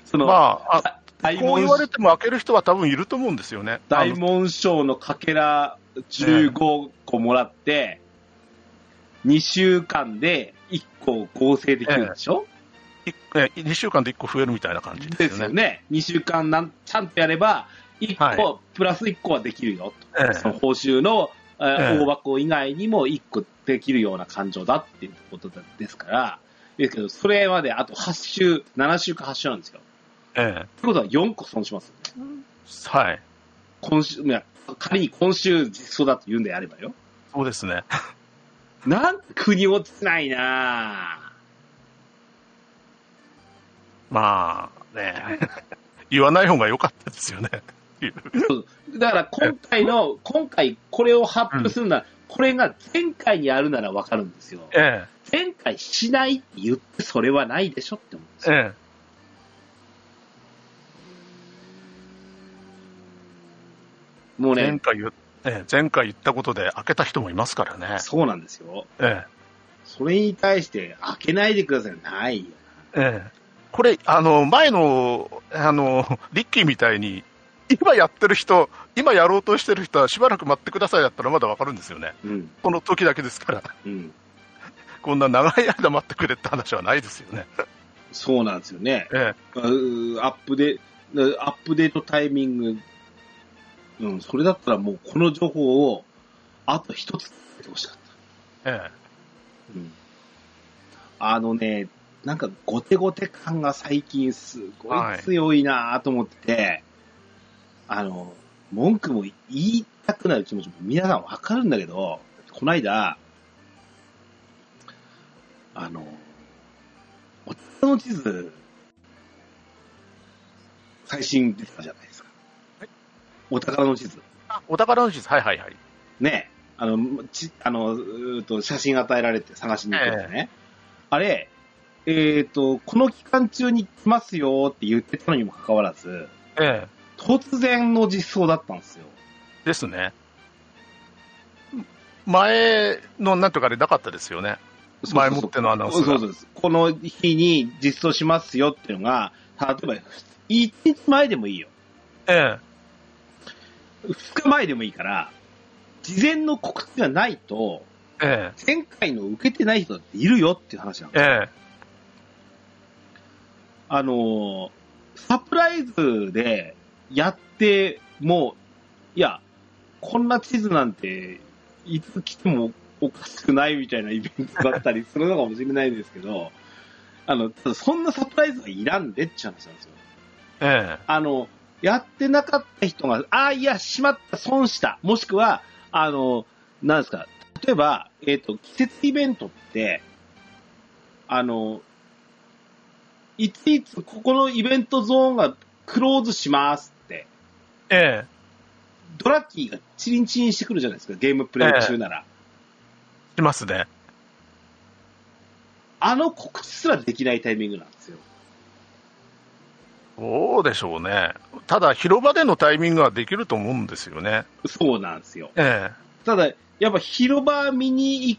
S1: そ
S2: え。
S1: の、
S2: まあ、あ
S1: 大
S2: こう言
S1: 門
S2: われても開ける人は多分いると思うんですよね。
S1: 大門賞のかけら15個もらって、2週間で1個合成できるんでしょ、
S2: 2週間で1個増えるみたいな感じで
S1: ですす
S2: よ
S1: よ
S2: ね。
S1: ね。2週間なんちゃんとやれば、1個、
S2: は
S1: プラス1個はできるよと。
S2: え
S1: その報酬の、えー
S2: ええ
S1: 大箱以外にも1個できるような感情だっていうことだですから、ですけど、それまであと8週、7週か8週なんですよ。
S2: え。ええ。
S1: ってことは4個損しますよね。
S2: はい。
S1: 今週、いや仮に今週実装だと言うんであればよ。
S2: そうですね。
S1: なんて国落ちないなぁ
S2: まあ、ね (laughs) え言わない方が良かったですよね。
S1: だから今回の、今回これを発表するなら、これが前回にあるならわかるんですよ。
S2: え
S1: 前回しないって言ってそれはないでしょって思うんです
S2: え。
S1: よ。
S2: え
S1: もう
S2: え。前
S1: ね、
S2: 回言っ、ええ、前回言ったことで開けた人もいますからね。
S1: そうなんですよ。
S2: ええ。
S1: それに対して、開けないでください。ないよ。
S2: ええ、これ、あの前のあのリッキーみたいに、今やってる人、今やろうとしてる人は、しばらく待ってくださいだったらまだわかるんですよね、
S1: うん。
S2: この時だけですから、
S1: うん。
S2: こんな長い間待ってくれって話はないですよね、
S1: そうなんですよね。
S2: ええ
S1: うーアップデ、アップデートタイミング。うん、それだったらもうこの情報を、あと一つ入れてほしかった。
S2: ええ、
S1: うん。あのね、なんかゴテゴテ感が最近すごい強いなぁと思ってて、あの、文句も言いたくなる気持ちも皆さんわかるんだけど、こないだ、あの、私の地図、最新出てたじゃないですか。お宝の地図。
S2: あお宝の地図、はいはいはい、
S1: ね、あの、ち、あの、うーと、写真与えられて探しに行くやつね。あれ、えっ、と、この期間中に来ますよって言ってたのにもかかわらず、
S2: ええ、
S1: 突然の実装だったんですよ。
S2: ですね、前のなんとかあれなかったですよね、前もってのアナウンス
S1: そう
S2: が
S1: そうそうです。この日に実装しますよっていうのが、例えば、1日前でもいいよ。
S2: ええ、
S1: 2日前でもいいから、事前の告知がないと、
S2: え
S1: 前回の受けてない人だっているよっていう話なんですよ
S2: え、え
S1: あのーサプライズでやっても、いや、こんな地図なんて、いつ来てもおかしくないみたいなイベントだったりするのかもしれないですけど、あの、ただそんなサプライズはいらんでって話なんですよ。
S2: え
S1: あの、やってなかった人が、ああ、いや、しまった、損した。もしくは、あの、なんですか、例えば、えっ、と、季節イベントって、あの、いついつここのイベントゾーンがクローズしますって、
S2: え、え
S1: ドラッキーがチリンチリンしてくるじゃないですか、ゲームプレイ中なら。
S2: え、しますね。
S1: あの告知すらできないタイミングなんですよ。
S2: どうでしょうね。ただ、広場でのタイミングはできると思うんですよね。
S1: そうなんですよ。
S2: え
S1: ただ、やっぱ広場見に行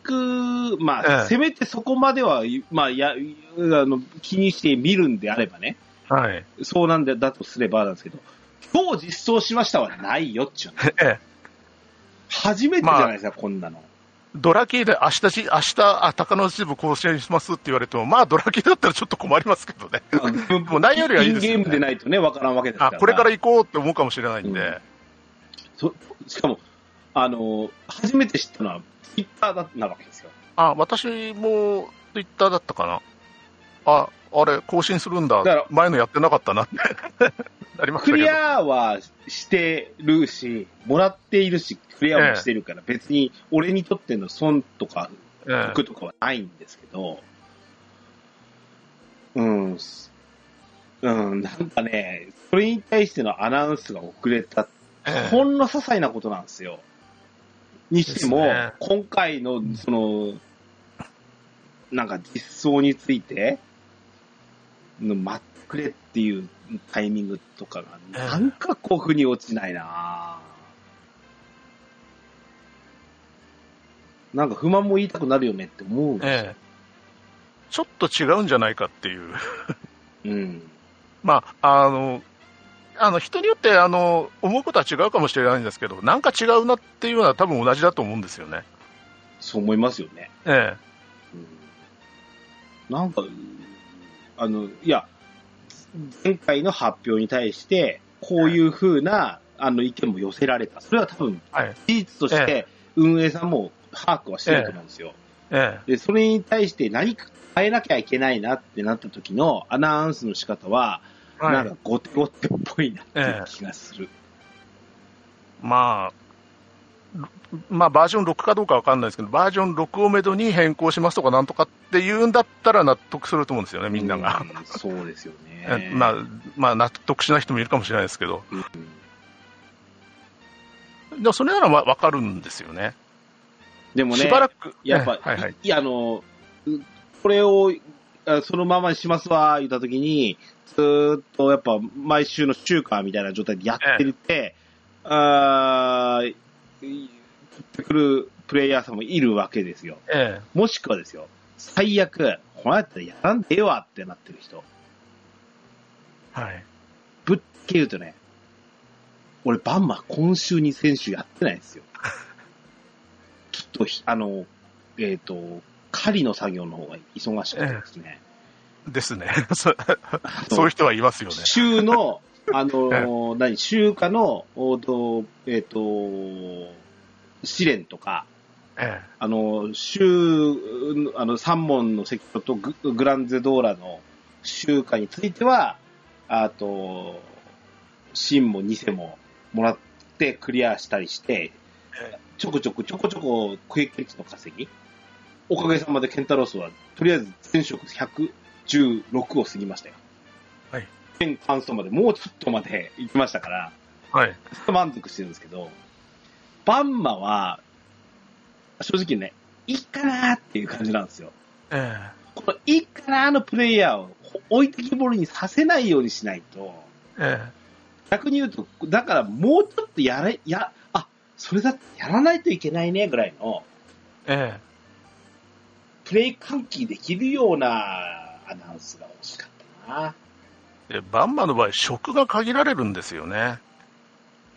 S1: く、まあ、
S2: ええ
S1: せめてそこまでは、まあ、や、あの、気にして見るんであればね、
S2: え、はい。
S1: そうなんだだとすればなんですけど、今日実装しましたはないよっちゅうの。
S2: (laughs) ええ、
S1: 初めてじゃないですか、こんなの。
S2: ドラキーで明日し、明日、あ、高野支部更新しますって言われても、まあ、ドラキーだったらちょっと困りますけどね。もう内容よりはいいですよね
S1: インゲームでないとね、わからんわけですか
S2: あ、
S1: ら。
S2: これから行こうって思うかもしれないんで。
S1: うんそしかも、あの、初めて知ったのは、ツイッターだったなわけですよ。
S2: あ、私もツイッターだったかな。あ、あれ、更新するんだ。
S1: だから
S2: 前のやってなかった
S1: (laughs)
S2: なって。なりました
S1: ク
S2: けど。
S1: リアはしてるし、もらっているし、クリアもしてるから、別に俺にとっての損とか
S2: ええ
S1: 得とかはないんですけど、うん、すうん、なんかね、それに対してのアナウンスが遅れた、
S2: ええ
S1: ほんの些細なことなんですよ。にしても、
S2: ですね
S1: 今回の、その、なんか実装について、の待ってくれっていうタイミングとかが、
S2: ええ
S1: なんかこう、腑に落ちないなぁなんか不満も言いたくなるよねって思う。
S2: ええちょっと違うんじゃないかっていう。 (laughs)
S1: うん。
S2: まあ、あの、あの人によってあの思うことは違うかもしれないんですけど、なんか違うなっていうのは多分同じだと思うんですよね。
S1: そう思いますよね。
S2: え
S1: うんなんか、あの、いや、前回の発表に対して、こういう風な、あの、意見も寄せられた。それは多分、
S2: えはい。
S1: 事実として、運営さんも把握はしてると思うんですよ。
S2: え
S1: で、それに対して何か変えなきゃいけないなってなった時のアナウンスの仕方は、
S2: えはい
S1: なんかゴテゴテっぽいなっていう気がする。
S2: まあ、まあ、バージョン6かどうかわかんないですけど、バージョン6をめどに変更しますとかなんとかって言うんだったら納得すると思うんですよね、みんなが。
S1: うん。そうですよね
S2: え。まあ、まあ、納得しない人もいるかもしれないですけど、
S1: うん
S2: でもそれならわわかるんですよね。
S1: でもね、
S2: しばらく、
S1: やっぱ、
S2: はい
S1: い
S2: はい。
S1: いや、あの、うこれをあそのままにしますわ、言ったときに、ずーっとやっぱ毎週の週間みたいな状態でやってるって、あーい取ってくるプレイヤーさんもいるわけですよ。
S2: え
S1: もしくはですよ、最悪、このやったらやらんでええわってなってる人。
S2: えはい。
S1: ぶっちゃけ言うとね、俺、バンマ今週に先週やってないんですよ。ちょっとひ、あの、えっ、と、狩りの作業の方が忙しかったですね。
S2: ですね。 (laughs) そそういう人はいますよね。
S1: 週
S2: (laughs)
S1: の、あの、何、週間の、おーとえっ、と、試練とか、
S2: え
S1: あの、週、あの、三問の関所とググランゼドーラの週間については、あと、新も偽ももらってクリアしたりして
S2: え、
S1: ちょこちょこちょこちょこクエックリッチの稼ぎ。おかげさまでケンタロウスは、とりあえず全職116を過ぎましたよ。
S2: はい。
S1: 全完走まで、もうちょっとまで行きましたから。
S2: えはい。
S1: ちょっと満足してるんですけど、バンマは、正直ね、いいかなっていう感じなんですよ。
S2: え
S1: このいいかなのプレイヤーを置いてきぼりにさせないようにしないと、
S2: ええ
S1: 逆に言うと、だからもうちょっとやれ、や、あ、それだってやらないといけないねぐらいの、
S2: ええ
S1: プレイ喚起できるようなアナウンスが欲しかったな。
S2: えでバンマの場合、職が限られるんですよね。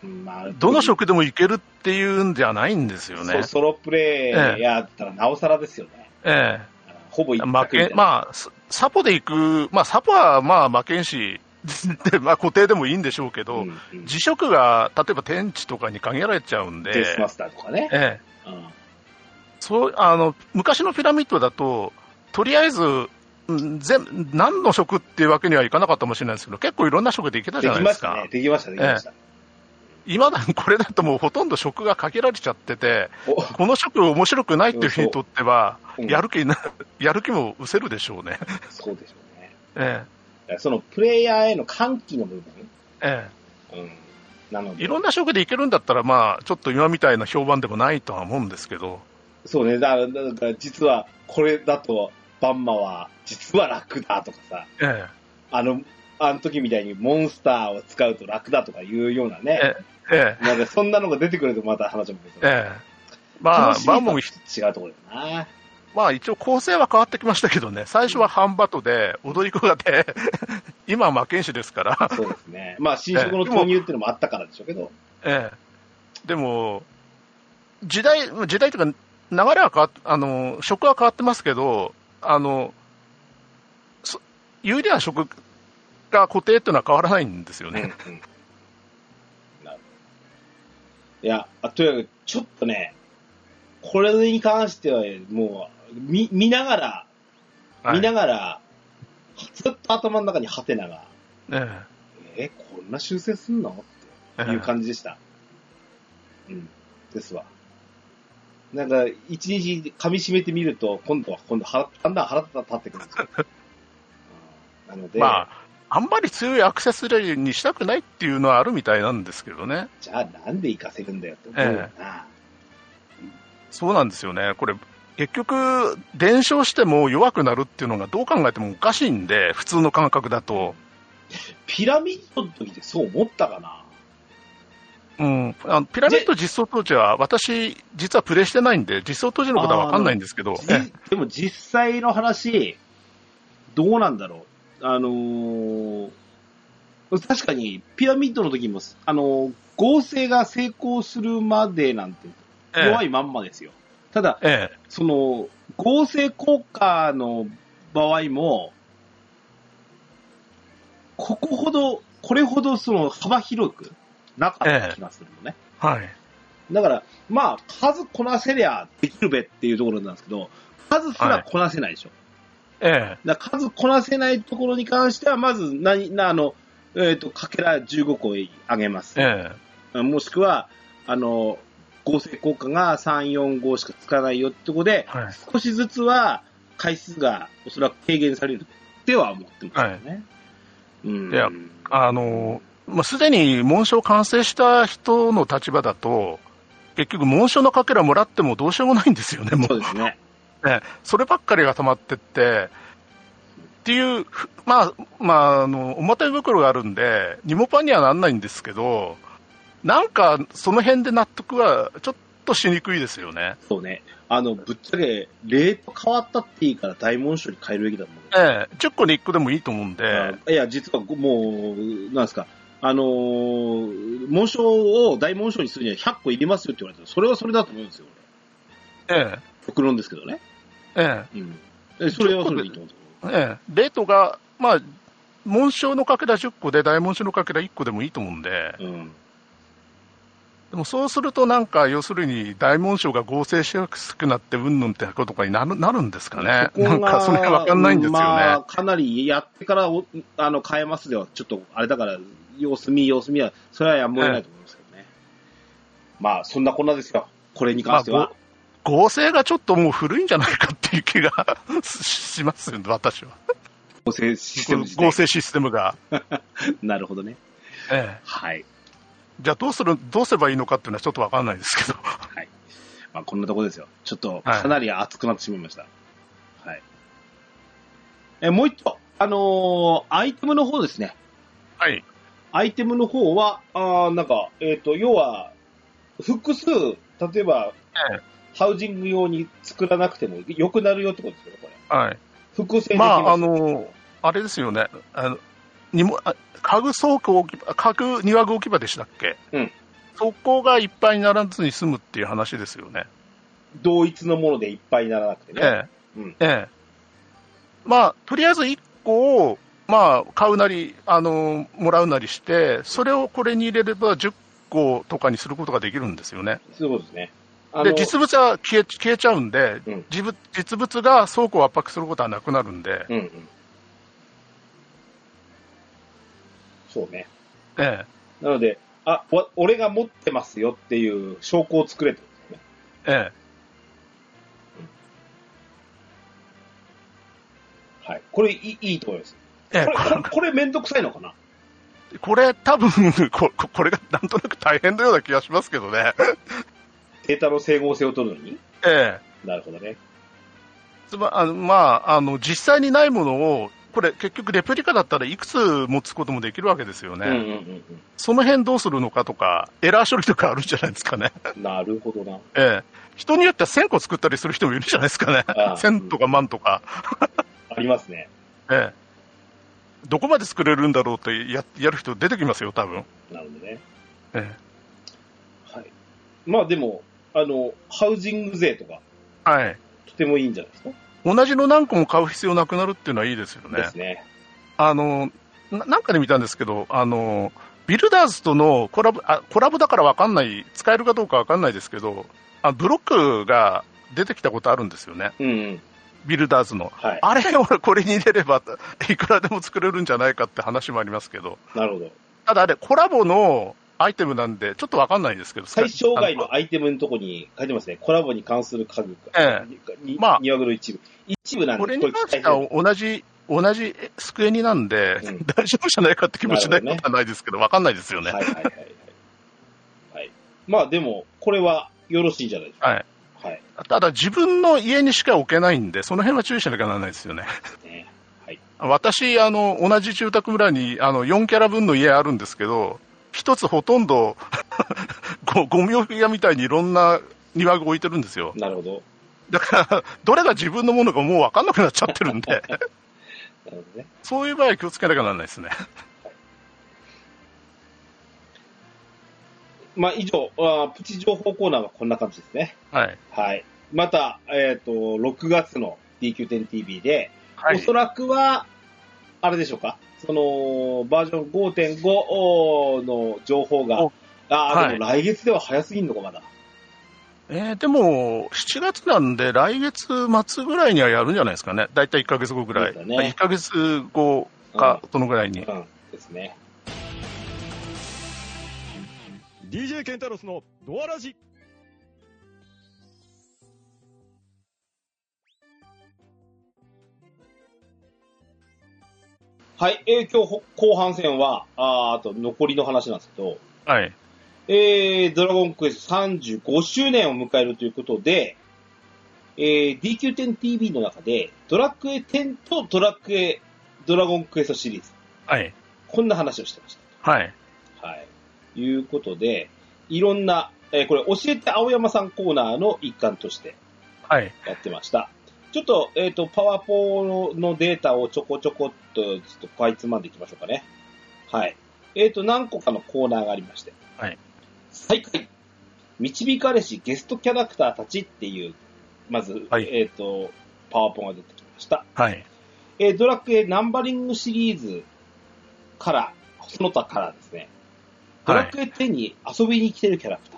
S1: うんまあ
S2: どの職でもいけるっていうんじゃないんですよ
S1: そう
S2: ね。
S1: ソロプレイヤーだったらなおさらですよね。
S2: ええ
S1: ほぼ一択みた
S2: 負
S1: い
S2: け、
S1: な
S2: まあ、ササポで行く、まあ、サポはまあ負けんし、 (laughs) で、まあ、固定でもいいんでしょうけど、
S1: うんうん
S2: 辞職が例えば天地とかに限られちゃうんで、
S1: デスマスターとかね。
S2: ええ、
S1: うん
S2: そうあの昔のピラミッドだと、とりあえず、うん全何の職っていうわけにはいかなかったかもしれないですけど、結構いろんな職できたじ
S1: で
S2: ゃな
S1: き
S2: いで
S1: ますした
S2: か
S1: ね。。できました、できました。
S2: 今だ、これだともうほとんど職が限られちゃってて、
S1: お
S2: この職面白くないっていう人にとっては、
S1: うん
S2: やる気になやる気も失せるでしょ
S1: (laughs)
S2: うね。
S1: そうでしょうね。
S2: え
S1: だからそのプレイヤーへの歓喜の部分。
S2: ええ
S1: うん。なの
S2: え、い
S1: で、
S2: ろんな職でいけるんだったら、まあ、ちょっと今みたいな評判でもないとは思うんですけど、
S1: そうね、だから、だから実はこれだと、バンマは実は楽だとかさ、
S2: え
S1: あの、あの時みたいにモンスターを使うと楽だとかいうようなね、
S2: え、え
S1: なんかそんなのが出てくるとまた話も別
S2: え、
S1: だ
S2: ええ。まあ
S1: 楽し、みと
S2: バーモン
S1: 違うところだな。
S2: まあ一応構成は変わってきましたけどね、最初は半バトで、踊り子がで、 (laughs) 今は魔剣士ですから、
S1: そうですね。まあ、新色の投入っていうのもあったからでしょうけど、
S2: ええ、でも、時代、時代というか、流れは変わっあの、職は変わってますけど、あの、そ有利な職が固定っていうのは変わらないんですよ
S1: うんうん
S2: ね。
S1: なるほどいや、あとにかく、ちょっとね、これに関しては、もう、見、見ながら、
S2: はい
S1: 見ながら、ずっと頭の中にハテナが、
S2: え
S1: え、こんな修正すんの
S2: え
S1: っていう感じで
S2: (laughs)
S1: した。うん。ですわ。なんか、一日噛み締めてみると、今度は、今度は、だんだん腹立ってくるん
S2: (laughs)
S1: ですよ。うんなので、
S2: まあ、あんまり強いアクセス例にしたくないっていうのはあるみたいなんですけどね。
S1: じゃあなんで行かせるんだよって思うよな。
S2: そうなんですよね、これ、結局、伝承しても弱くなるっていうのがどう考えてもおかしいんで、普通の感覚だと、
S1: ピラミッドの時ってそう思ったかな
S2: うん、あのピラミッド実装当時は、私、実はプレイしてないんで、実装当時のことは分かんないんですけど、
S1: じ
S2: え
S1: でも実際の話、どうなんだろう。あのー確かにピラミッドの時も、あのー合成が成功するまでなんて
S2: え
S1: 弱いまんまですよ。ただ、
S2: え
S1: その合成効果の場合も、ここほど、これほどその幅広くなかった気がするのね。
S2: えはい、
S1: だから、まあ、数こなせりゃできるべっていうところなんですけど、数すらこなせないでしょ。
S2: え
S1: だから数こなせないところに関しては、まず、なに、な、あの、えっ、と、かけら15個あげま
S2: え
S1: す。
S2: え
S1: もしくは、あの、合成効果が3、4、5しかつかないよってことで、
S2: はい
S1: 少しずつは回数がおそらく軽減されるっては思ってますよね。うん。
S2: いやあのまあ、すでに紋章完成した人の立場だと、結局、紋章のかけらもらってもどうしようもないんですよね、もう
S1: そうですね。
S2: ね、そればっかりが溜まってって、っていう、ふまあ、まあ、あの、表袋があるんで、ニモパンにはなんないんですけど、なんか、その辺で納得は、ちょっとしにくいですよね。
S1: そうね。あの、ぶっちゃけ、レート変わったっていいから大紋章に変えるべきだと思う。
S2: ええ、10個に1個でもいいと思うんで、
S1: あいや、実はもう、なんですか、あのー紋章を大紋章にするには100個いりますよって言われたら、それはそれだと思うんですよ、
S2: ええ、
S1: 俺。極論ですけどね。
S2: え
S1: うん。でそれはそれでいいと思うんですよ。
S2: え、ええ、レートが、まあ、紋章のかけら10個で、大紋章のかけら1個でもいいと思うんで、
S1: うん。
S2: でもそうすると、なんか、要するに、大紋章が合成しやすくなって、うんぬんってことかになるなるんですかね。
S1: ここが
S2: なんか、その辺わかんないんですよね。
S1: まあ、かなりやってからおあの変えますでは、ちょっとあれだから、様子見、様子見は、それはやむを得ないと思いますけどね。まあ、そんなこんなですよ。これに関しては。
S2: まあご合成がちょっともう古いんじゃないかっていう気が (laughs) ししますよ、私は。
S1: 合成システム自体
S2: 合成システムが。
S1: なるほどね。
S2: ええ、
S1: はい。
S2: じゃあどうする、どうすればいいのかっていうのはちょっとわかんないで
S1: (laughs)
S2: すけど。
S1: はい。まあ、こんなところですよ。ちょっと、かなり熱くなってしまいました。はい。え、もう一個。あのーアイテムの方ですね。
S2: はい。
S1: アイテムの方は、あーなんか、えっ、と、要は、複数、例えば、
S2: え
S1: ハウジング用に作らなくても良くなるよってことですよね、これ。
S2: はい。
S1: 複製でき
S2: ま
S1: ます。
S2: あ、あの、あれですよね。あの、にも、あ家具倉庫置き場、家具庭具置き場でしたっけ
S1: うん。
S2: そこがいっぱいにならずに済むっていう話ですよね。
S1: 同一のものでいっぱいにならなくてね。
S2: ええ
S1: うん。
S2: ええ。まあ、とりあえず1個をまあ、買うなり、あのもらうなりして、それをこれに入れれば10個とかにすることができるんですよね。
S1: そういうことですね。あ
S2: で、
S1: の
S2: 実物は消え消えちゃうんで、
S1: うん
S2: 実物実物が倉庫を圧迫することはなくなるんで、
S1: うんうん。そうね。
S2: ええ
S1: なので、あ、わ俺が持ってますよっていう証拠を作れてるんですよね。
S2: ええ
S1: はい。これいいいいと思います。
S2: ええ
S1: これ、ここれめんどくさいのかな
S2: (laughs) これ、多分こここれがなんとなく大変のような気がしますけどね。
S1: データの整合性を取るのに
S2: ええ
S1: なるほどね。
S2: つまあのまあ、あの実際にないものを、これ、結局、レプリカだったらいくつ持つこともできるわけですよね、
S1: うんうんうん
S2: その辺どうするのかとか、エラー処理とかあるんじゃないですかね、
S1: うん。なるほどな。
S2: ええ人によっては1000個作ったりする人もいるじゃないですかね、
S1: ああ
S2: 1000とか万とか、
S1: ありますね。
S2: ええどこまで作れるんだろうってややる人出てきますよ、多分
S1: なるほどね。
S2: え
S1: はい。まあでも、あの、ハウジング税とか、
S2: えはい、
S1: とてもいいんじゃないですか。
S2: 同じの何個も買う必要なくなるっていうのはいいですよね。
S1: ですね。
S2: あのななんかで見たんですけど、あのビルダーズとのコラボあコラボだからわかんない、使えるかどうかわかんないですけどあ、ブロックが出てきたことあるんですよね、
S1: うんうん。
S2: ビルダーズの。
S1: はい。
S2: (laughs) あれ、俺、これに入れれば、いくらでも作れるんじゃないかって話もありますけど、
S1: なるほど。
S2: ただあれ、コラボのアイテムなんで、ちょっとわかんないですけど、
S1: 最小外
S2: あ
S1: のアイテムのとこに書いてますね。コラボに関する家具
S2: え
S1: が、に
S2: まあ
S1: 2話ぐらい一部。一部なん
S2: こ
S1: で、
S2: れに関して
S1: 期待
S2: は同じ、同じスクエニなんで、
S1: うん
S2: 大丈夫じゃないかって気もしな
S1: なる
S2: い
S1: ほどね
S2: ことはないですけど、わかんないですよね。
S1: はいはいはいはい。はい。まあでも、これはよろしいんじゃないです
S2: はい
S1: か。はい。
S2: ただ自分の家にしか置けないんで、その辺は注意しなきゃならないですよね。
S1: ね
S2: 私、あの、同じ住宅村に、あの、4キャラ分の家あるんですけど、一つほとんど、 (laughs) ごゴミ置き屋みたいにいろんな庭が置いてるんですよ。
S1: なるほど。
S2: だから、どれが自分のものかもう分かんなくなっちゃってるん
S1: (laughs)
S2: で、
S1: なるほどね。
S2: そういう場合は気をつけなきゃならないですね。
S1: まあ以上、あープチ情報コーナーはこんな感じですね。
S2: はい。
S1: はい。また、えっ、と、6月の DQ10TV で、
S2: は
S1: おそらくは、あれでしょうか。その、バージョン5.5の情報が
S2: お、
S1: ああ、
S2: はい
S1: でも来月では早すぎんのか、まだ。
S2: えーでも、7月なんで、来月末ぐらいにはやるんじゃないですかね。だいたい1ヶ月後ぐらい。
S1: そうですよね
S2: 1ヶ月後か、そのぐらいに。
S1: うん、ですね。
S3: DJ ケンタロスのドアラジ
S1: はい、えー今日ほ後半戦は、あーあと残りの話なんですけど、
S2: はい。
S1: えー、ドラゴンクエスト35周年を迎えるということで、えー、DQ10TV の中で、ドラクエ10とドラクエ、ドラゴンクエストシリーズ、
S2: はい。
S1: こんな話をしてまし
S2: はい。
S1: た。はい。いうことで、いろんな、えーこれ、教えて青山さんコーナーの一環として
S2: はい。
S1: やってました。ちょっと、えっ、と、パワポのデータをちょこちょこっと、ちょっとかいつまんでいきましょうかね。はい。えっ、と、何個かのコーナーがありまして。
S2: はい。
S1: 最下位。導かれしゲストキャラクターたちっていう、まず、
S2: はい
S1: えっ、と、パワポが出てきました。
S2: はい。
S1: えードラクエナンバリングシリーズから、その他からですね、ドラクエ10に遊びに来てるキャラク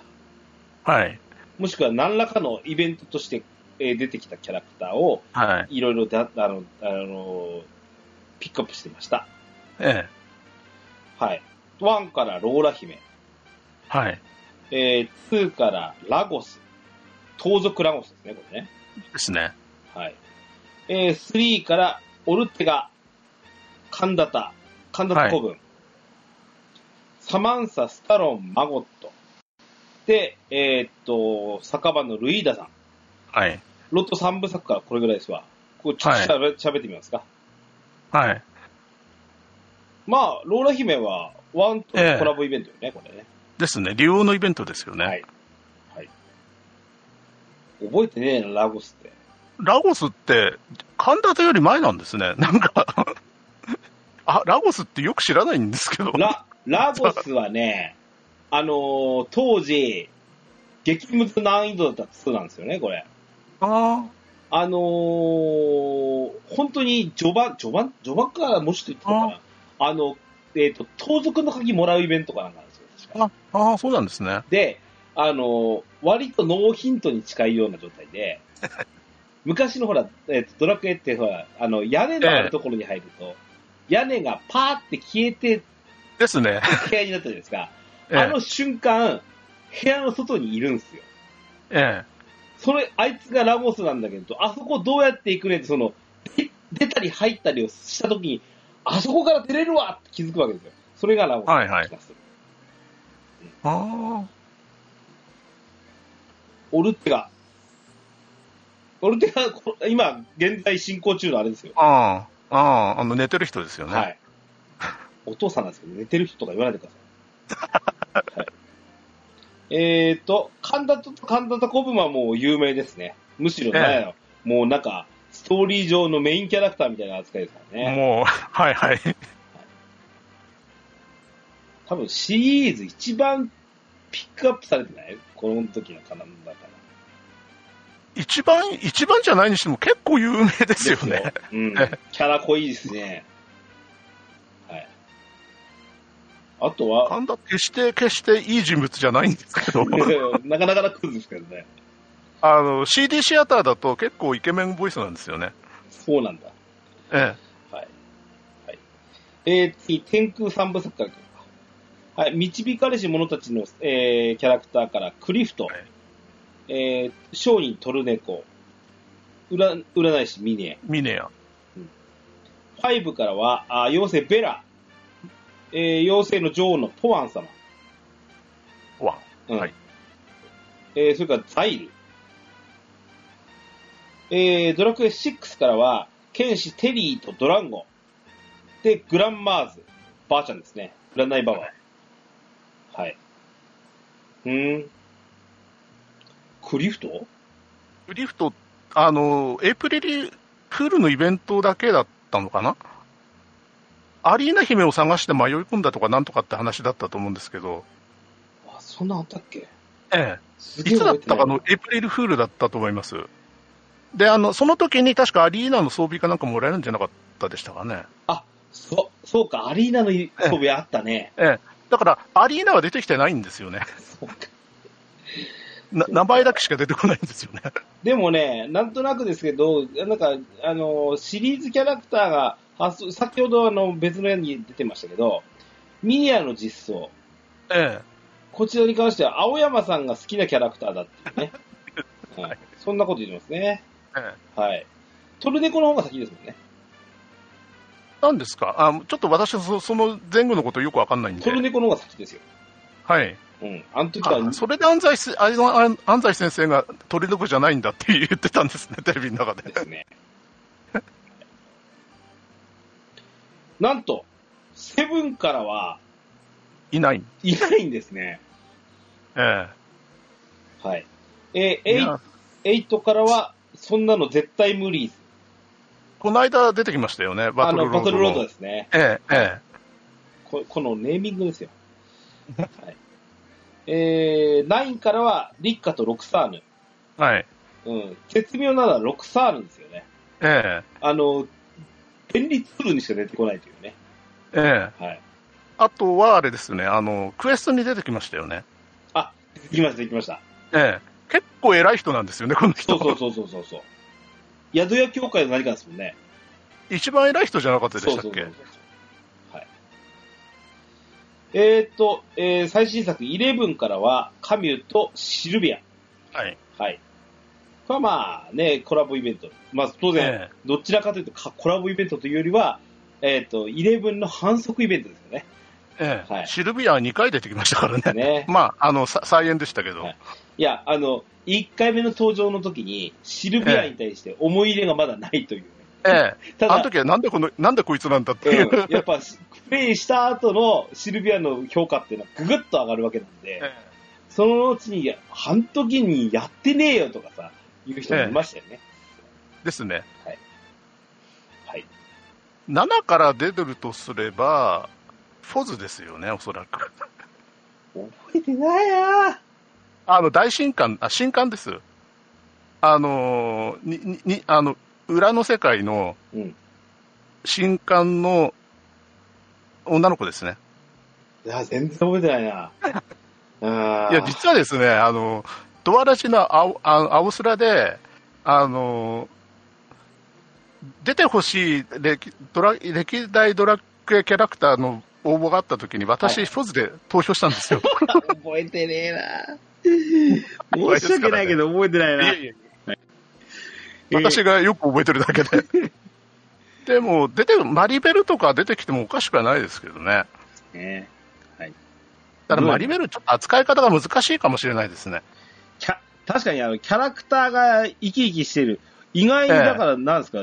S1: ター、
S2: はい。
S1: もしくは何らかのイベントとして、えー出てきたキャラクターを、
S2: はい。
S1: いろいろだあの、あの、ピックアップしてました。
S2: ええ。
S1: はい。1からローラ姫、
S2: はい。
S1: えー、2からラゴス、盗賊ラゴスですね、これね。
S2: ですね。
S1: はい。えー、3からオルテガ、カンダタ、カンダタ古文、サマンサ、スタロン、マゴット。で、えーっと、酒場のルイーダさん。
S2: はい。
S1: ロット3部作からこれぐらいですわ。これちょっとしゃべ,、ってみますか。
S2: はい。
S1: まあ、ローラ姫は、ワンとのコラボイベントよね、これね。
S2: ですね。竜王のイベントですよね。
S1: はい。はい。覚えてねえな、ラゴスって。
S2: ラゴスって、神田とより前なんですね。 (laughs) なんか、あ、ラゴスってよく知らないんですけど。
S1: ラ、ラゴスはね、あのー当時、激ムズ難易度だった2なんですよね、これ。
S2: あー
S1: あのー本当に序盤、序盤、序盤からもうちょっと言ってたかな。あの、えっ、と、盗賊の鍵もらうイベントかなんかなんですよ、確か。
S2: あ、ああ、そうなんですね。
S1: で、あの、割とノーヒントに近いような状態で、
S2: (laughs)
S1: 昔のほら、えっ、と、ドラクエってほら、あの、屋根のあるところに入ると、屋根がパーって消えて
S2: ですね。
S1: (laughs) 部屋になったじゃないですか。
S2: え
S1: あ
S2: え
S1: の瞬間、部屋の外にいるんですよ。
S2: え
S1: それ、あいつがラモスなんだけど、あそこどうやって行くねって、その、で出たり入ったりをしたときに、あそこから出れるわって気づくわけですよ。それがラモス
S2: はいはい
S1: 気がする。
S2: え。あ
S1: オルテガ。オルテガ、こ今、現在進行中のあれですよ。
S2: あ、ああ、ああ、あの、寝てる人ですよね。
S1: はい。お父さんなんですけど、寝てる人とか言わないでください。はい、えっ、ー、と、神田と、神田と小ブマもう有名ですね。むしろ、ねもうなんか、ストーリー上のメインキャラクターみたいな扱いですからね。
S2: もう、 (laughs) はいはい。
S1: 多分シリーズ一番ピックアップされてないこの時のカナンだから。
S2: 一番、一番じゃないにしても結構有名ですよ
S1: です
S2: ね。
S1: うん
S2: え。
S1: キャラ濃いですね。はい。あとは、
S2: 神田、決して、決していい人物じゃないんですけど、
S1: (laughs) なかなかなクズですけどね。
S2: あの、CD シアターだと結構イケメンボイスなんですよね。
S1: そうなんだ。
S2: え
S1: はい。はい、えー、次、天空三部作からいこうかはい。導かれし者たちの、えー、キャラクターから、クリフト、
S2: はい
S1: えー、商人トルネコ、占占い師ミネ、
S2: え、ミネア。
S1: ファイブからは、あ妖精ベラ、えー妖精の女王のポワン様、
S2: ワン。
S1: うん
S2: はい
S1: えーそれからザイル、えードラクエ6からは、剣士テリーとドランゴ、で、グランマーズ、ばあちゃんですね、占いババア。はい。うーん。クリフト
S2: クリフト、あの、エイプリルフールのイベントだけだったのかなアリーナ姫を探して迷い込んだとかなんとかって話だったと思うんですけど、
S1: あ、そんなんあったっけ
S2: え
S1: す
S2: え、
S1: げえ
S2: いつだったか
S1: 覚え
S2: の、エイプリルフールだったと思います。で、あの、その時に確かアリーナの装備かなんかもらえるんじゃなかったでしたかね。
S1: てないそ、そうか、アリーナの装備あった
S2: (laughs)
S1: ね。
S2: ええ、だから、アリーナは出てきてないんですよね。 (laughs)
S1: そうか。
S2: な名前だけしか出てこないんですよね。
S1: でもね、なんとなくですけど、なんか、あの、シリーズキャラクターが、あそ先ほどあの別の絵に出てましたけど、ミニアの実装、
S2: え
S1: こちらに関しては青山さんが好きなキャラクターだって
S2: (laughs)
S1: いうね。うんそんなこと言ってますね。
S2: え、ええ。
S1: はい。トルネコの方が先ですもんね。
S2: なんですかあちょっと私そ、その前後のことよくわかんないん
S1: ト
S2: で。
S1: ルネコの方が先ですよ。
S2: はい。
S1: うん。あの時は、
S2: あそれで安西せ安安安西先生が鳥の子じゃないんだって言 (laughs) ってたんですね、テレビの中で
S1: で。すね。なんと、セブンからはい
S2: ない。
S1: いないんですね。
S2: え
S1: はい。えー、
S2: え。
S1: エ
S2: い
S1: イ
S2: や
S1: エイトからは、そんなの絶対無理。
S2: この間出てきましたよね、バ
S1: あ
S2: トル
S1: の、
S2: ロー
S1: バ
S2: ドの。
S1: トルロードですね。
S2: ええ、え
S1: ここのネーミング
S2: (laughs)
S1: ですよ。はい。えー、9からは、リッカとロクサーヌ。
S2: え。はい。
S1: うん。絶妙なのはロクサーヌですよね。
S2: え
S1: あの、便利ツールにしか出てこないというね。
S2: え、ええ。
S1: はい。
S2: あとはあれですね、あの、クエストに出てきましたよね。
S1: できました、できました。
S2: ええ。結構偉い人なんですよね、この人。
S1: そうそうそうそうそう
S2: (laughs)
S1: そう。宿屋協会の何かですもんね。
S2: 一番偉い人じゃなかったでしたっ
S1: そう
S2: け
S1: そうそうそうはい。えーっと、えー最新作11からは、カミュとシルビア。
S2: はい。
S1: はい。これはまあね、コラボイベント。まあ当然、
S2: え
S1: どちらかというとかコラボイベントというよりは、えっ、と、11の反則イベントですよ
S2: (laughs)
S1: ね。
S2: え、ええ
S1: はい
S2: シルビアは2回出てきましたからね。
S1: ね
S2: (laughs) まあ、あの、さ再演でしたけど。
S1: はいいや、あの、1回目の登場の時に、シルビアに対して思い入れがまだないというね。
S2: ええ。
S1: た
S2: あの
S1: だ、
S2: 時はなんでこの、なんでこいつなんだっていう。
S1: うんやっぱ、プレイした後のシルビアの評価っていうのはぐぐっと上がるわけなんで、
S2: え
S1: そのうちに、半時にやってねえよとかさ、言う人もいましたよね。
S2: えですね。
S1: はい。
S2: 7から出てるとすれば、フォズですよね、おそらく。
S1: 覚えてないなぁ
S2: あの、大新刊、あ、新刊です。あのーに、に、にあの、裏の世界の
S4: うん
S2: 新刊の女の子ですね。
S4: いや、全然覚えてな
S1: (laughs)
S4: いな。あー
S2: いや、実はですね、あの、ドアラジの青あ青空で、あの、出てほしい歴ドラ歴代ドラクエキャラクターの応募があった時に、
S4: は
S2: 私、ポズで投票したんですよ。
S4: 覚えてねえな。
S1: 申し訳ないけど覚えてないな。
S2: 私
S1: が。
S2: がよく覚えてるだけで。でも、出て、マリベルとか出てきてもおかしくはないですけどね。
S1: ね
S2: ただマリベル、ちょっと扱い方が難しいかもしれないですね。
S1: キャ確かにあの、キャラクターが生き生きしてる。意外に、だから、なんですか、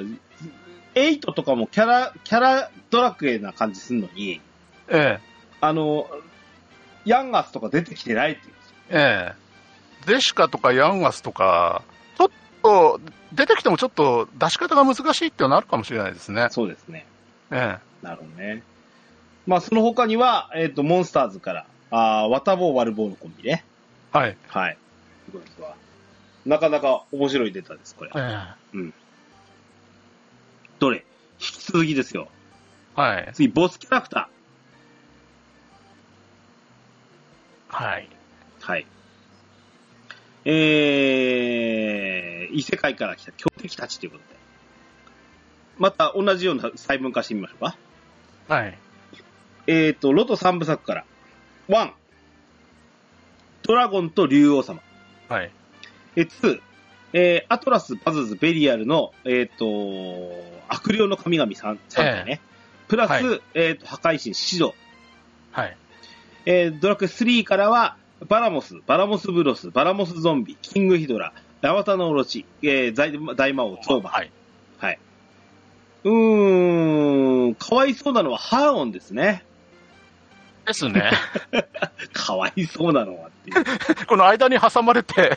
S1: エイトとかもキャラ、キャラドラクエな感じすんのに、
S2: え
S1: あの、ヤンガスとか出てきてないっていうんですよ
S2: え、ええ。デシカとかヤンガスとか、ちょっと、出てきてもちょっと出し方が難しいっていうのはあるかもしれないですね。
S1: そうですね。
S2: え
S1: なるほどね。まあ、その他には、えっ、と、モンスターズから、ああ、ワタボー、ワルボーのコンビね。
S2: え。はい。
S1: はい。すごいですわなかなか面白いデータです、これ。
S2: え
S1: どれ引き続きですよ。
S2: え。はい。
S1: 次、ボスキャラクタ
S2: はい。
S1: ー。はい。えー、異世界から来た強敵たちということで。また同じような細分化してみましょうか。
S2: はい。
S1: えーと、ロト3部作から。1、ドラゴンと竜王様。
S2: はい。
S1: えー、2、えー、アトラス、バズズ、ベリアルの、えーと、悪霊の神々 3, 三体ね。プラス、
S2: はい
S1: えーと、破壊神、シド。
S2: はい。
S1: えードラクエ3からは、バラモス、バラモスブロス、バラモスゾンビ、キングヒドラ、ラワタのオロチ、えー大大魔王、ゾーバ。
S2: はい。
S1: はい。うーん、かわいそうなのはハーオンですね。 (laughs)
S2: ですね。
S1: かわいそうなのはっていう。
S2: (laughs) この間に挟まれ (laughs) て、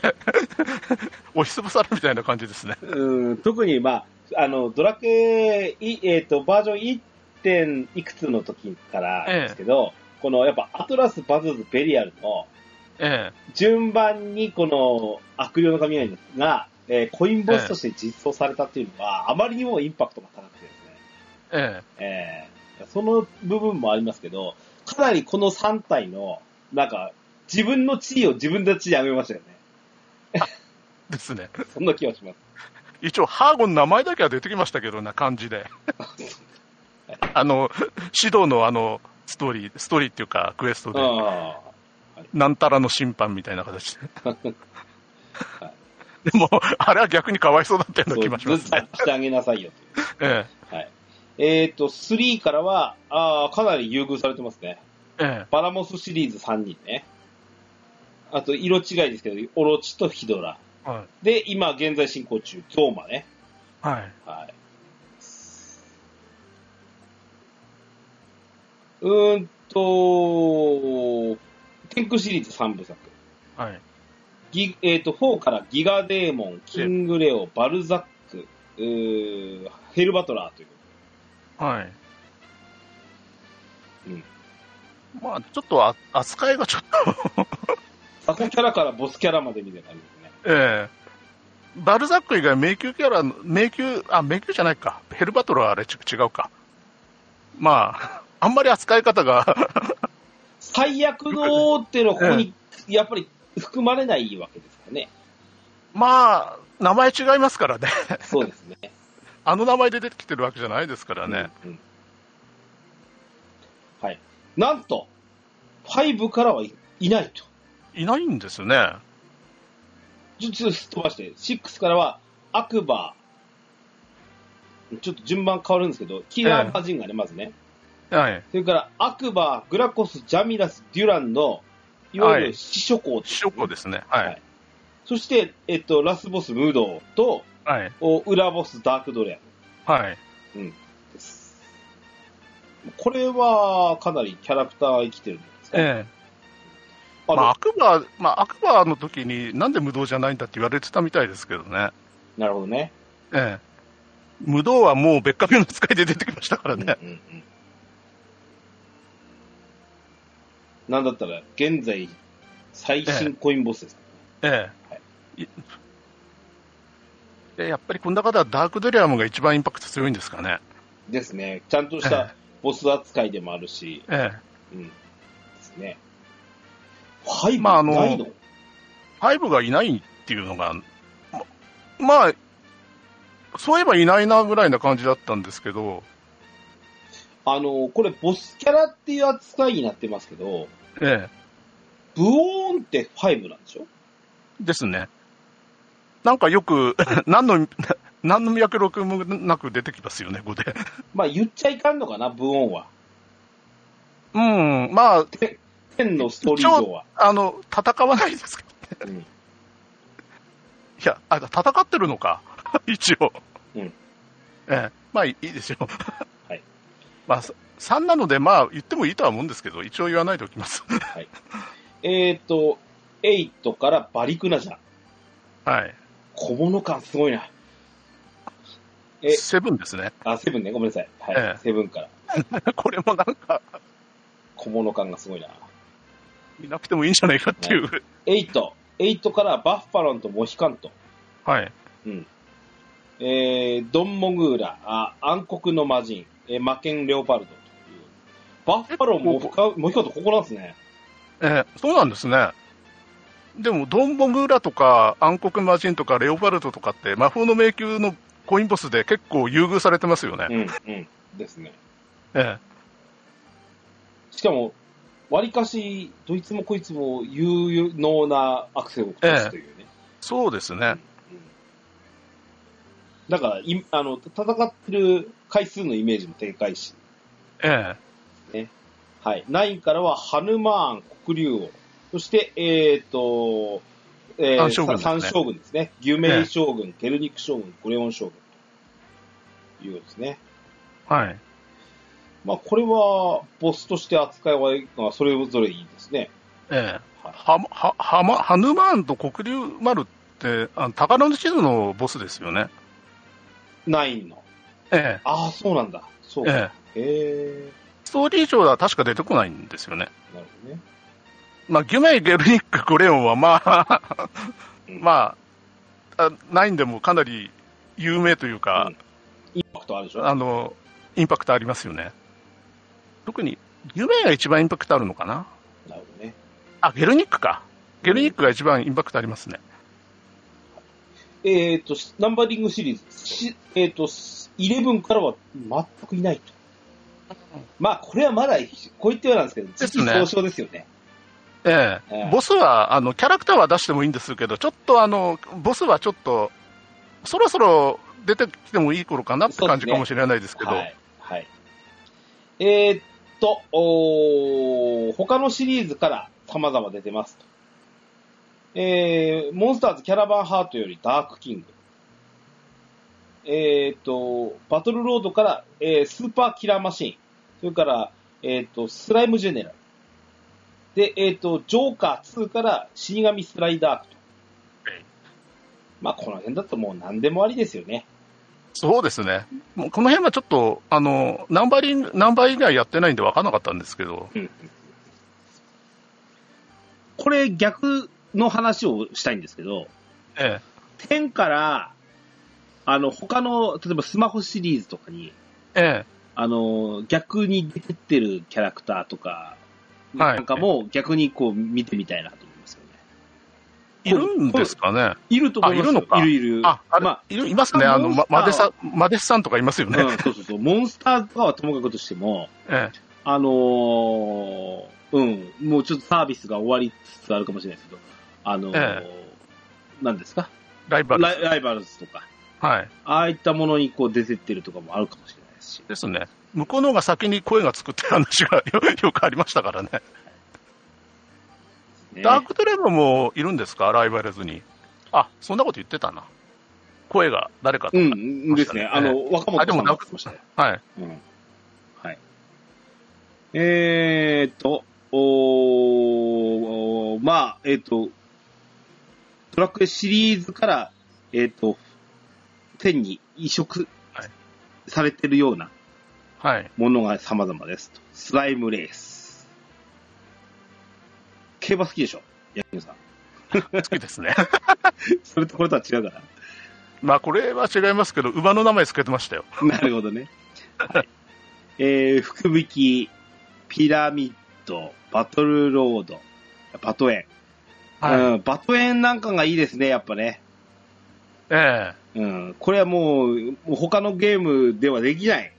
S2: 押しつぶされるみたいな感じですね。
S1: うん、特に、まあ、あの、ドラクエ、いえっ、と、バージョン 1. 点いくつの時からですけど、この、やっぱ、アトラス、バズーズ、ベリアルの、
S2: ええ。
S1: 順番にこの悪霊の神々が、えーコインボスとして実装されたっていうのは、あまりにもインパクトが高くてです
S2: え
S1: ね、えーその部分もありますけど、かなりこの3体の、なんか、自分の地位を自分たちで上げましたよね。
S2: え。ですね。
S1: そんな気が
S2: (laughs)
S1: します。
S2: 一応、ハーゴンの名前だけは出てきましたけどな感じ (laughs) で。あの、指導のあの、ストーリー、ストーリーっていうか、クエストで、
S1: ああ。
S2: なんたらの審判みたいな形で。 (laughs) でも、あれは逆にかわいそうだったような気がしますね。
S1: してあげなさいよという
S2: (laughs) え
S1: えっ、と、3からは、あーかなり優遇されてますね。
S2: え、え
S1: バラモスシリーズ3人ね。あと、色違いですけど、オロチとヒドラ。
S2: え。はい。
S1: で、今現在進行中、ゾーマね。
S2: はい。
S1: はい。うーんと、天空シリーズ3部作。
S2: はい。
S1: ギえっ、と、4からギガデーモン、キングレオ、バルザック、うーヘルバトラーという。
S2: はい。
S1: うん
S2: まあ、ちょっとあ扱いがちょっと、
S1: サコキャラからボスキャラまでみたいな感じですね。
S2: ええ。バルザック以外迷宮キャラの、迷宮、あ、迷宮じゃないか。ヘルバトルはあれち違うか。まあ、 (laughs) あんまり扱い方が (laughs)
S1: 最悪のっていうのはここに、やっぱり含まれないわけですからね。
S2: まあ、名前違いますからね。
S1: そうですね。
S2: あの名前で出てきてるわけじゃないですからね。
S1: うん。はい。なんと、5からはいいないと。
S2: いないんですよね。
S1: ちょちょっとすっ飛ばして、6からはアクバー、ちょっと順番変わるんですけど、キラーマジンがね、まずね。
S2: はい。
S1: それから、アクバー、グラコス、ジャミラス、デュランの、いわゆ
S2: は
S1: る
S2: い
S1: 死諸校っていうね、
S2: ショコですね。は
S1: はい
S2: い。
S1: そして、えっと、ラスボス、ムードと、
S2: はい。
S1: お裏ボス、ダークドレア。
S2: はい。
S1: です。これは、かなりキャラクター生きてるんじゃないですか。
S2: ええ。
S1: あの
S2: まあ、アクバー、まあ、アクバーの時に、なんで無道じゃないんだって言われてたみたいですけどね。
S1: なるほどね。
S2: ええ。無道はもう別格の使いで出てきましたから
S1: うん
S2: ね。
S1: うんうんなんだったら、現在、最新コインボスです。
S2: ええ。いで、やっぱりこの中ではダークドリアムが一番インパクト強いんですかね。
S1: ですね。ちゃんとしたボス扱いでもあるし、
S2: ええ。
S1: うん。ですね。はい、
S2: まああの
S1: ないの
S2: ファイブがいないっていうのが、ままあ、そういえばいないなぐらいな感じだったんですけど、
S1: あの、これボスキャラっていう扱いになってますけど、
S2: ええ、
S1: ブオーンって5なんでしょ
S2: ですね。なんかよく、 (laughs) 何の、何の脈絡もなく出てきますよね、ここ
S1: (laughs)
S2: で。
S1: まあ言っちゃいかんのかな、ブオーンは。
S2: うん、まあ、
S1: 天のストーリー上は。
S2: あの、戦わないですか。
S1: うん
S2: いや、あ、戦ってるのか。 (laughs) 一応。
S1: うん
S2: ええ、まあいいいいですよ。
S1: はい。
S2: (laughs) まあ、3なので、まあ言ってもいいとは思うんですけど、一応言わないでおきます。
S1: えっ、ー、と、8からバリクナじゃん。
S2: はい。
S1: 小物感すごいな。え
S2: セブンですね。 (laughs)
S1: あ、セブンね、ごめんなさい。はい。
S2: ええ
S1: セブンから。
S2: これもなんか、
S1: 小物感がすごいな。
S2: いなくてもいいんじゃないかっていう。
S1: 8、8からバッファロンとモヒカンと、
S2: はい。
S1: えー、ドンモグーラ、あ暗黒の魔人、えー魔剣レオパルドという。バッファロン、モヒカン、モヒカンとここなんですね。
S2: えーそうなんですね。でも、ドンボグーラとか、暗黒魔人とか、レオパルトとかって、魔法の迷宮のコインボスで結構優遇されてますよね。
S1: うん、うん。ですね。
S2: え
S1: しかも、わりかし、どいつもこいつも有能なアクセルを下すというね。
S2: えそうですね。
S1: だから、いあの、戦ってる回数のイメージも展開し、
S2: え
S1: はい。9からは、ハヌマーン、黒竜王。そして、えっ、と、え
S2: 三将軍です
S1: 三
S2: ね
S1: 将軍ですね。ギュメイ将軍、ケルニク将軍、ゴレオン将軍ということですね。
S2: えはい。
S1: まあ、これは、ボスとして扱いは、まあそれぞれいいですね。
S2: ええ
S1: はい
S2: は、は、はま、ハヌマーンと黒竜丸って、あの宝の地図のボスですよね。
S1: 9の。
S2: え
S1: ああ、そうなんだ。そう
S2: ええ
S1: か。
S2: え
S1: へえ
S2: ストーリー上では確か出てこないんですよね。
S1: なるほどね。
S2: まあ、ギュメイ、ゲルニック、ゴレオンはまあ、
S1: うん
S2: まあ、あナインでもかなり有名というか、
S1: インパクトあるでしょ
S2: あの、インパクトありますよね。特に、ギュメイが一番インパクトあるのかな
S1: なるほどね。
S2: あ、ゲルニックか。ゲルニックが一番インパクトありますね。
S1: えっ、と、ナンバリングシリーズ、しえっ、と、11からは全くいないと。まあ、これはまだ、こういったようなんですけど、
S2: すね
S1: 時期総称ですよね。
S2: ええ
S1: ええ
S2: ボスは、あの、キャラクターは出してもいいんですけど、ちょっとあの、ボスはちょっと、そろそろ出てきてもいい頃かなって感じかもしれないですけど、
S1: はい。はい。えっ、と、おー他のシリーズから様々出てますと。えー、モンスターズキャラバンハートよりダークキング。えっ、と、バトルロードから、えースーパーキラーマシン。それから、えっ、と、スライムジェネラル。で、えっ、と、ジョーカー2から死神スライダークと
S2: はい。
S1: まあ、この辺だともう何でもありですよね。
S2: そうですね。もうこの辺はちょっと、あの、ナンバリング、ナンバー以外やってないんで分かんなかったんですけど、
S5: これ逆の話をしたいんですけど、
S2: え
S5: 10から、あの、他の、例えばスマホシリーズとかに、
S2: え、え
S5: あの、逆に出てってるキャラクターとか、
S2: はい
S5: なんかも逆にこう見てみたいなと思いますよね。
S2: え、いるんですかね。
S5: いると思いますよ
S2: あいるのか
S5: いるいる。
S2: あ、あれ、
S5: まあ、
S2: いるいますね。あの、まマデさん、マデスさんとかいますよね。
S5: うん、そうそうそう。モンスターとかはともかくとしても、
S2: ええ、
S5: あのーうん、もうちょっとサービスが終わりつつあるかもしれないですけど、あのー
S2: え
S5: なんですか
S2: ライバル。
S5: ライライバルズとか、
S2: はい。
S5: ああいったものにこう出てってるとかもあるかもしれないですし、
S2: ですね。向こうの方が先に声がつくって話がよよくありましたからね。
S5: ね
S2: ダークトレーバーもいるんですかライバルズに。あ、そんなこと言ってたな。声が誰かと
S5: う
S2: か。
S5: ん、ですね。あの、若者
S2: あで
S5: さ
S2: も
S5: んが来ましたよ。
S2: はい。
S5: うん。はい。えーっと、おーおーまあ、えーっと、ドラクエシリーズから、えーっと、天に移植
S2: はい
S5: されてるような
S2: はい。
S5: ものが様々ですと。スライムレース。競 (laughs) 馬好きでしょヤキムさん。
S2: 好きですね。 (laughs)
S5: それとこれとは違うから。
S2: まあ、これは違いますけど、馬の名前つけてましたよ。
S1: (laughs) なるほどね。はい、えー、福引き、ピラミッド、バトルロード、バトエン。
S2: い。
S1: うん、バトエンなんかがいいですね、やっぱね。
S2: ええ (laughs)
S1: うん、これはもう、もう他のゲームではできない。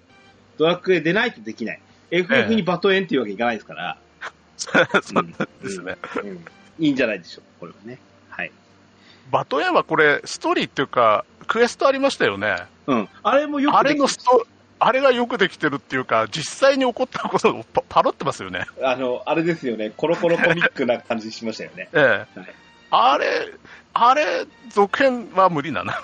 S1: ドラクエでないとできない。FF にバトエンっていうわけいかないですから。
S2: そうなんですね。
S1: うんうんいいんじゃないでしょうか、これはね。はい。
S2: バトヤはこれ、ストーリーっていうか、クエストありましたよね。
S1: うん。あれもよく
S2: あ
S1: で
S2: れ
S1: き
S2: のスト、あれがよくできてるっていうか、実際に起こったことをパパロってますよね。。
S1: あの、あれですよね。コロコロコミックな感じしましたよね
S2: (laughs) ええ
S1: はい
S2: あれ、あれ、続編は無理な
S1: (laughs)
S2: な。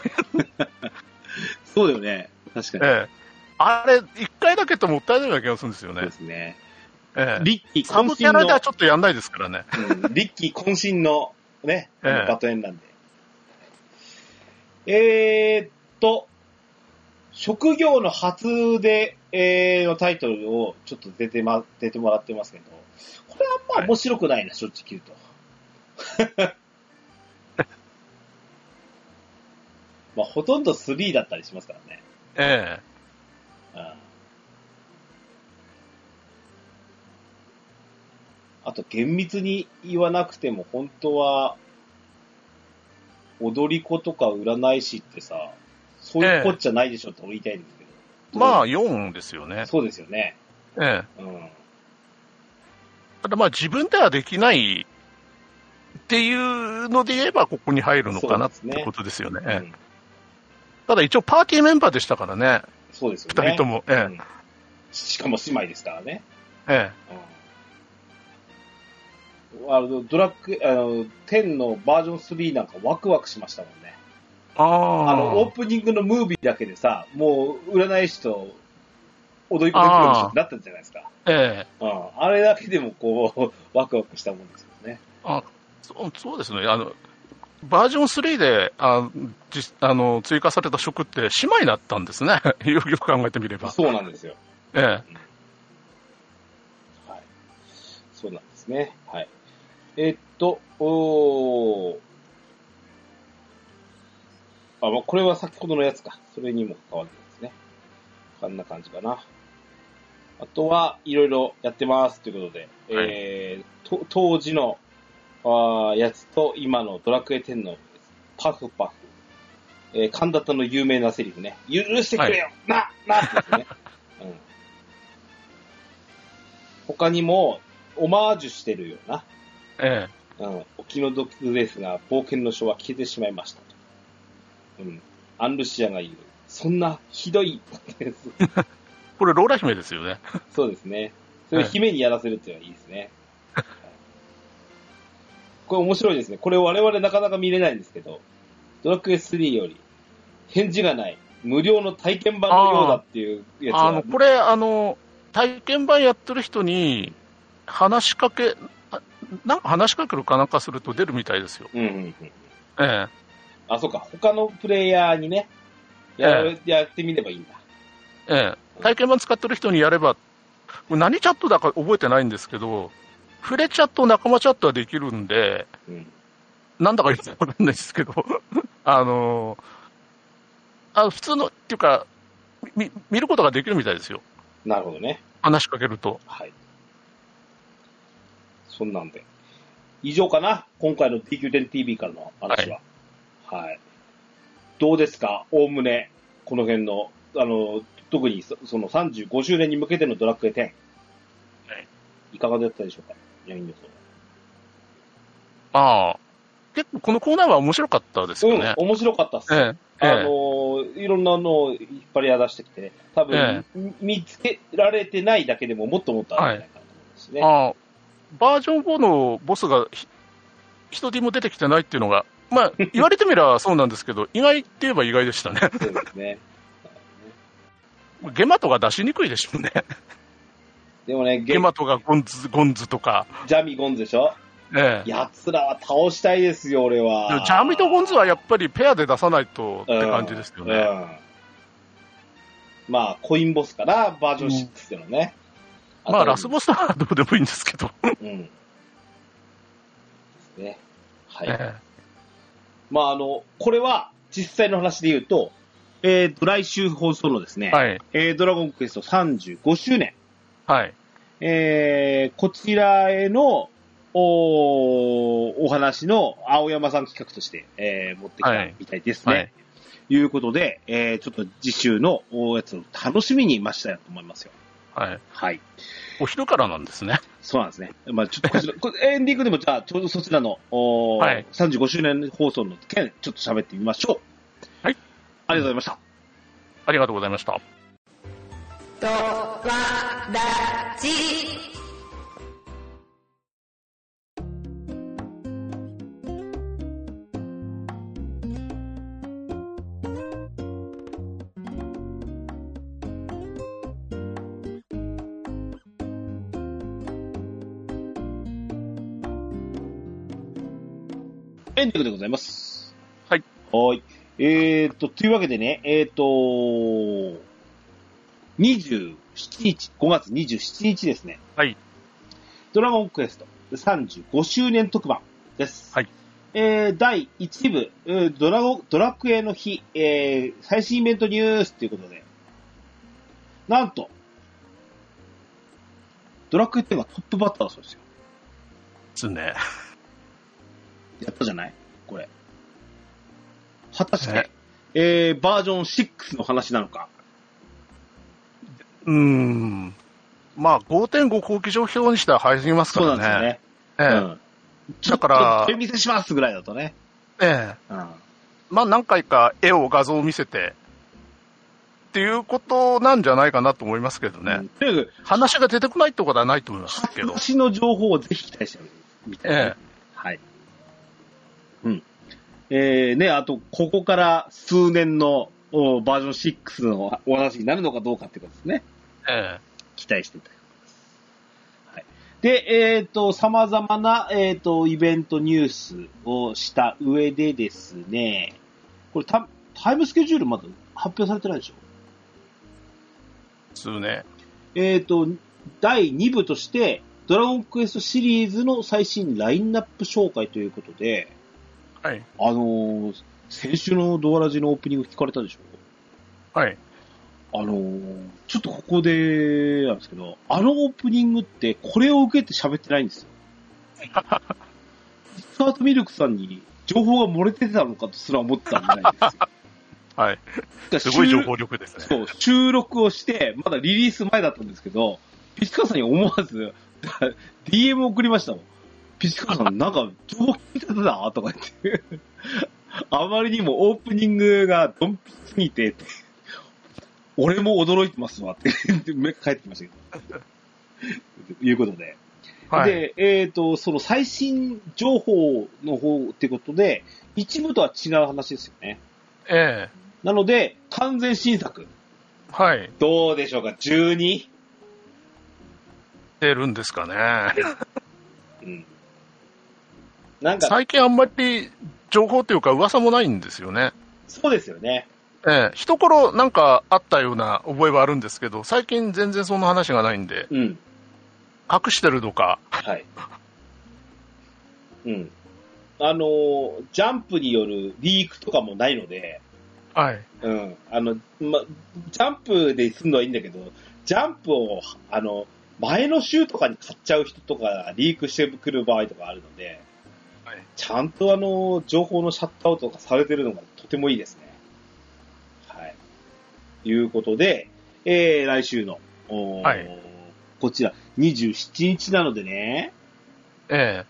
S1: そうよね。確かに。
S2: ええあれ、一回だけってもったいないような気がするんですよ
S1: そう
S2: ね
S1: で。すね。
S2: ええ
S1: リッキー
S2: サブキャ
S1: 渾
S2: ラ
S1: 身
S2: で
S1: の
S2: は、ちょっとやんないですからね。
S1: うんリッキー渾身のね、
S2: ええ
S1: バトエンなんで。えーっと、職業の初で、えーのタイトルをちょっと出てま、出てもらってますけど、これはあんま面白くないな、正直言うと。まあ、ほとんど3だったりしますからね。
S2: え
S1: うんあと厳密に言わなくても本当は踊り子とか占い師ってさ、そういうこっちゃないでしょって俺言いたいんですけど。
S2: えまあ、
S1: ど
S2: 4ですよ
S1: う
S2: ね。
S1: そうですよね。
S2: ええ
S1: うん。
S2: ただまあ、自分ではできないっていうので言えば、ここに入るのかなってことですよね。
S1: う
S2: ええ
S1: ん
S2: ただ一応、パーティーメンバーでしたからね、
S1: そうですよね。
S2: 2人とも。ええ
S1: うんしかも姉妹ですからね。
S2: え
S1: うんあのドラッグ、あの、10のバージョン3なんかワクワクしましたもんね。
S2: えあ
S1: あの、オー
S2: あ
S1: プニングのムービーだけでさ、もう、占い師と踊り子のプロになったじゃないですか。
S2: ええ
S1: うん。あれだけでも、こう、ワクワクしたもんですよね。
S2: あそうそうですねあの、バージョン3であじあの追加された職って姉妹だったんですね、 (laughs) よくよく考えてみれば。
S1: そうなんですよ。
S2: ええ
S1: はい。そうなんですね。はい。えっと、おーあ、まあ、これは先ほどのやつか。それにも関わるんですね。こんな感じかな。あとは、いろいろやってますということで、えーと当時のあーやつと今のドラクエ10のパフパフ、えー、神田との有名なセリフね。許してくれよ、ななってやつね。うん他にも、オマージュしてるような、
S2: ええ
S1: うん、お気の毒ですが、冒険の書は消えてしまいましたと。うん。アンルシアが言う、そんなひどい、
S2: これ、ローラ姫ですよね。
S1: (laughs) そうですね。それを姫にやらせるっていうのはいいですね。これ面白いですね。これ我々なかなか見れないんですけど、ドラクエ3より、返事がない、無料の体験版のようだっていうやつが
S2: あのこれあの、体験版やってる人に話しかけ、あなんか話しかけるかなんかすると出るみたいですよ。
S1: うんうんうん。
S2: え
S1: あ、そうか。他のプレイヤーにね、やらやってみればいいんだ。
S2: えええ体験版使ってる人にやれば、何チャットだか覚えてないんですけど、フレチャット、仲間チャットはできるんで、
S1: うん。
S2: なんだかよくわかんないですけど、 (laughs) あのあ、普通の、っていうか、み見ることができるみたいですよ。
S1: なるほどね。
S2: 話しかけると。
S1: はい。そんなんで。以上かな今回の DQ10TV からの話は。はい。どうですかおおむね、この辺の、あの、特にそその35周年に向けてのドラクエ10。はい。いかがだったでしょうか闇の
S2: ああ。結構このコーナーは面白かったです
S1: 相
S2: よ
S1: 談
S2: ね。
S1: うん、面白かったっす。
S2: ええ。え
S1: あ
S2: え
S1: のいろんなのを引っ張り出してきてね、多分、み見つけられてないだけでももっともっとあるんじゃないかなと思うんですね。
S2: ああバージョン4のボスがひ人手も出てきてないっていうのが、まあ、言われてみればそうなんですけど、 (laughs) 意外って言えば意外でしたね。
S1: そうですね。
S2: ゲマとか出しにくいでしょうね。
S1: でもね、ゲ
S2: ゲマとかゴンズ、ゴンズとか。
S1: ジャミゴンズでしょ
S2: ええ。
S1: 奴らは倒したいですよ、俺は。
S2: ジャミとゴンズはやっぱりペアで出さないとって感じですよ
S1: うん
S2: ね。
S1: うんまあ、コインボスかな、バージョン6でのね。
S2: まあ、ラスボ
S1: ス。
S2: スはどうでもいいんですけど。
S1: うん。ですね。はい。
S2: (laughs) ええ
S1: まあ、あの、これは、実際の話で言うと、えーと、来週放送のですね、
S2: はい。
S1: えードラゴンクエスト35周年、
S2: はい。
S1: えーこちらへの、おーお話の青山さん企画として、えー持ってきたみたいですね。
S2: はい
S1: い、うことで、えーちょっと次週のおやつを楽しみにましたいなと思いますよ。
S2: はい。
S1: はい。
S2: お昼からなんですね。
S1: そうなんですね。まあちょっとこち
S2: (laughs)
S1: ら、こエンディングでもじゃあ、ちょうどそちらの、おー
S2: はい
S1: 35周年放送の件、ちょっと喋ってみましょう。
S2: はい。
S1: ありがとうございました。
S2: ありがとうございました。
S6: とわらじ。
S1: エンディングでございます。
S2: はい。
S1: はーい。えー、っと、というわけでね、えー、っと、27日、5月27日ですね。
S2: はい。
S1: ドラゴンクエスト35周年特番です。
S2: はい。
S1: えー、第1部、えードラゴン、ドラクエの日、えー、最新イベントニュースということで、なんと、ドラクエ10がトップバッターだそうですよ。
S2: ですね。
S1: やったじゃないこれ。果たし
S2: ね
S1: て、えー、バージョン6の話なのか。
S2: うーん。まあ、5.5後期上表にしては入りますか
S1: そう
S2: ら
S1: なん
S2: ね。
S1: ですよね。
S2: え
S1: う
S2: え
S1: ん。ちょっと
S2: だから
S1: お見せしますぐらいだとね。
S2: え
S1: う
S2: え
S1: ん。
S2: まあ、何回か絵を、画像を見せて、っていうことなんじゃないかなと思いますけどね。
S1: うんとにかく、
S2: 話が出てこないってことはないと思いますけど。
S1: 話の情報をぜひ期待してみたいな、
S2: ええ
S1: はい。うん。えー、ね、あと、ここから数年のおバージョン6のお話になるのかどうかってことですね。
S2: (laughs) ええ
S1: 期待していただきます。はい、で、えっ、と、様々な、えっ、と、イベントニュースをした上でですね、これタ、タイムスケジュールまだ発表されてないでしょ
S2: そうね。
S1: えっ、と、第2部として、ドラゴンクエストシリーズの最新ラインナップ紹介ということで、
S2: はい。
S1: あのー先週のドアラジのオープニング聞かれたでしょ
S2: はい。
S1: あのーちょっとここで、なんですけど、あのオープニングって、これを受けて喋ってないんですよ。
S2: (laughs)
S1: スカートミルクさんに情報が漏れてたのかとすら思ってたんじゃないです
S2: はい。
S1: か。
S2: (laughs) すごい情報力ですね。
S1: そう、収録をして、まだリリース前だったんですけど、ピチカーさんに思わず、DM 送りましたもん。ピチカーさん、なんか、情報聞いてたなとか言って。あまりにもオープニングがドンピシすぎて、俺も驚いてますわって言って帰ってきましたけど。ということで。
S2: はい。
S1: で、えっ、と、その最新情報の方ってことで、一部とは違う話ですよね。
S2: ええ
S1: なので、完全新作。
S2: はい。
S1: どうでしょうか ?12?
S2: 出るんですかね。
S1: うん。なんか、
S2: 最近あんまり情報というか噂もないんですよね。
S1: そうですよね。
S2: ええ、一頃なんかあったような覚えはあるんですけど、最近全然そんな話がないんで、
S1: うん。
S2: 隠してるのか、
S1: はい。うん。あのー、ジャンプによるリークとかもないので、
S2: はい。
S1: うん。あの、ま、ジャンプですんのはいいんだけど、ジャンプを、あの、前の週とかに買っちゃう人とかがリークしてくる場合とかあるので、
S2: はい
S1: ちゃんとあの、情報のシャットアウトとかされてるのがとてもいいですね。はい。いうことで、えー、来週の、おー
S2: はい
S1: こちら、27日なのでね、
S2: え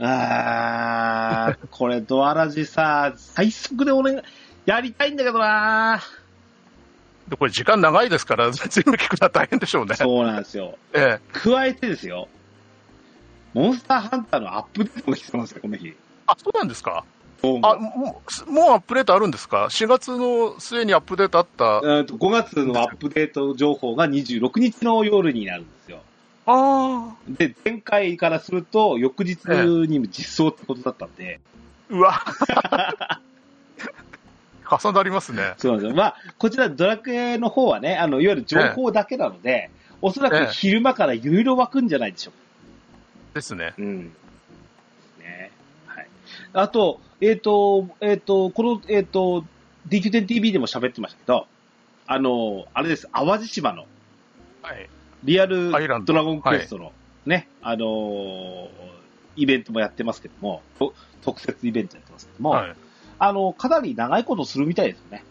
S2: え、
S1: あー、これ、ドアラジさ、最速で俺、やりたいんだけど
S2: (laughs)
S1: なー。
S2: でこれ時間長いですから、全部聞くのは大変でしょうね。
S1: そうなんですよ。
S2: ええ、
S1: 加えてですよ、モンスターハンターのアップデートが来てますよ、この日。
S2: あ、そうなんですか
S1: どうも
S2: あ、もう、すもうアップデートあるんですか ?4 月の末にアップデートあった。
S1: うんと5月のアップデート情報が26日の夜になるんですよ。
S2: ああ。
S1: で、前回からすると、翌日にも実装ってことだったんで、
S2: うわ。 (laughs) 重なりますね。
S1: そうなんですよ。まあ、こちらドラクエの方はね、あの、いわゆる情報だけなので、おそら
S2: ええ
S1: く昼間からいろいろ湧くんじゃないでしょうか
S2: ですね。
S1: うん。ね。はい。あと、えっ、と、えっ、と、この、えっ、と、DQ10TV でも喋ってましたけど、あの、あれです、淡路島の
S2: はい。
S1: リアル
S2: アイランド
S1: ドラゴンクエストのね、あのーイベントもやってますけども、と特設イベントやってますけども、
S2: はい。
S1: あの、かなり長いことするみたいですよね。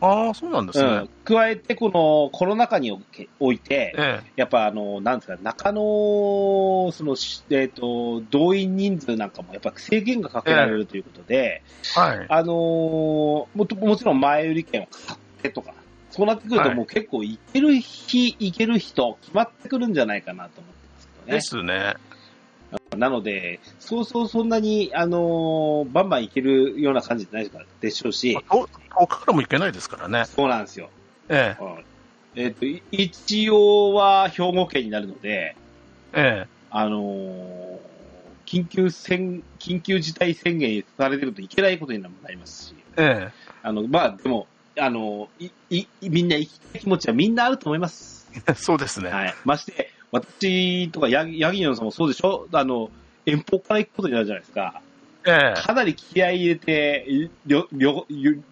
S2: ああ、そうなんですね。
S1: うん。加えて、このコロナ禍におけおいて、
S2: え
S1: やっぱあの、なんですか、中野、その、しえっ、と、動員人数なんかもやっぱ制限がかけられるということで、
S2: え。はい。
S1: あのーもっと、もちろん前売り券を買ってとか、そうなってくる
S2: は
S1: と
S2: い
S1: もう結構行ける日、行ける人、決まってくるんじゃないかなと思ってますけど
S2: で
S1: ね。
S2: すね。
S1: なので、そうそうそんなに、あのーバンバン行けるような感じじゃないでしょうし
S2: ま、あ遠遠くからも行けないですからね。
S1: そうなんですよ。
S2: え
S1: うんえっ、と、い一応は兵庫県になるので、
S2: え。え
S1: あのー緊急宣、緊急事態宣言されてるといけないことにもなりますし、
S2: え。え
S1: あの、まあ、でも、あのい、い、みんな行きたい気持ちはみんなあると思います。
S2: え。 (laughs) そうですね。
S1: はい。まして、私とかヤギ、ヤギニョンさんもそうでしょあの、遠方から行くことになるじゃないですか。
S2: ええ。
S1: かなり気合い入れて、い旅、旅、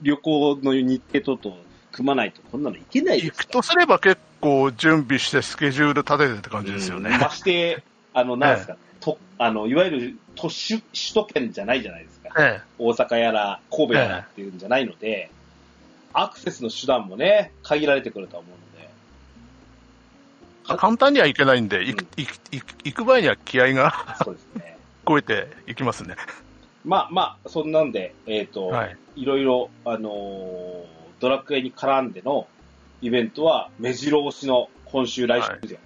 S1: 旅行の日程とと組まないと、こんなの行けないで
S2: 行く
S1: すから
S2: とすれば結構準備してスケジュール立ててって感じですよね。
S1: うんまして、あの、なんですか、とあのいわゆる都市首都圏じゃないじゃないですか。
S2: え
S1: 大阪やら神戸やら
S2: え
S1: っていうんじゃないので、アクセスの手段もね、限られてくると思うの
S2: (laughs)
S1: で、
S2: え。簡単には行けないんで、行く、行く、行く行く前には気合が (laughs)
S1: そうですね。
S2: 超えていきますね。
S1: まあまあ、そんなんで、えっ、と、
S2: はいい、
S1: ろいろ、あのードラクエに絡んでのイベントは、目白押しの今週来週ですよ。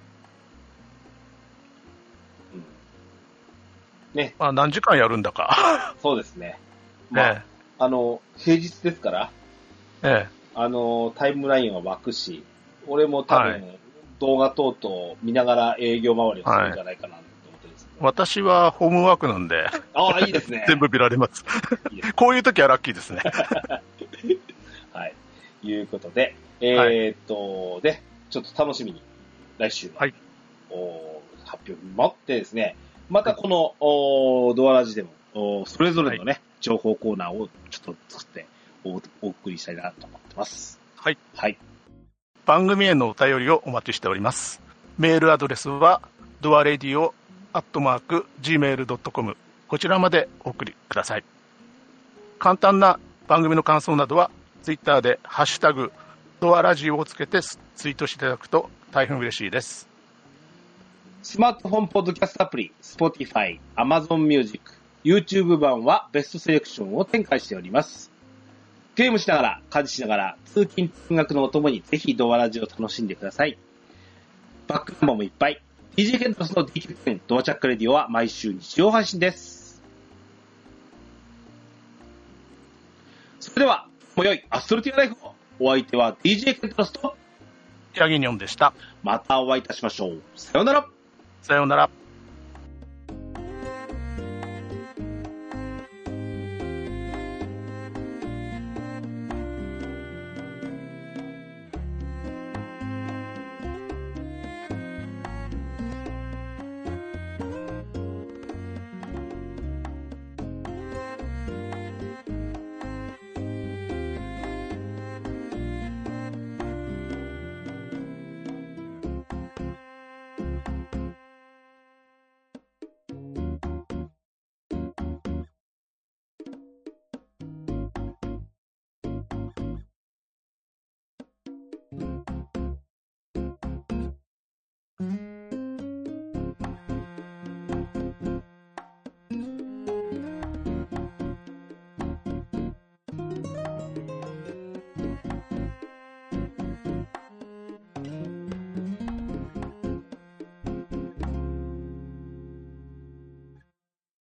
S2: まあ何時間やるんだ (laughs) か。
S1: うん、そうですね。まあ、
S2: え
S1: あの、平日ですから、
S2: え。え
S1: あの、タイムラインは湧くし、俺も多分、
S2: は
S1: 動画等々見ながら営業回りをするんじゃないかなと思ってるんですけ
S2: え。私はホームワークなん (laughs) で、
S1: ど、ああ、いいですね。
S2: 全部見られます。
S1: いいです
S2: こういう時はラッキーですね。
S1: はい。いうことで、えーっと、で、ちょっと楽しみに、来週は、
S2: はい
S1: お発表待ってですね、またこの、おドアラジでも、おそれぞれのね、情報コーナーをちょっと作ってお、お送りしたいなと思ってます。
S2: はい。
S1: はい。
S2: 番組へのお便りをお待ちしております。メールアドレスは、ドアレディオアットマーク gmail.com こちらまでお送りください。簡単な番組の感想などは、ツイッターでハッシュタグ、ドアラジオをつけてツイートしていただくと大変嬉しいです。
S1: スマートフォンポッドキャストアプリ、Spotify、Amazon Music、YouTube 版はベストセレクションを展開しております。ゲームしながら、家事しながら、通勤通学のお供にぜひドアラジを楽しんでください。バックナンバーもいっぱい。DJ ケントスの DQ 店ドアチャックレディオは毎週日曜配信です。それでは、今宵アストルティアライフをお相手は DJ ケントロスと
S2: ヤギニョンでした。
S1: またお会いいたしましょう。さようなら
S2: さようなら。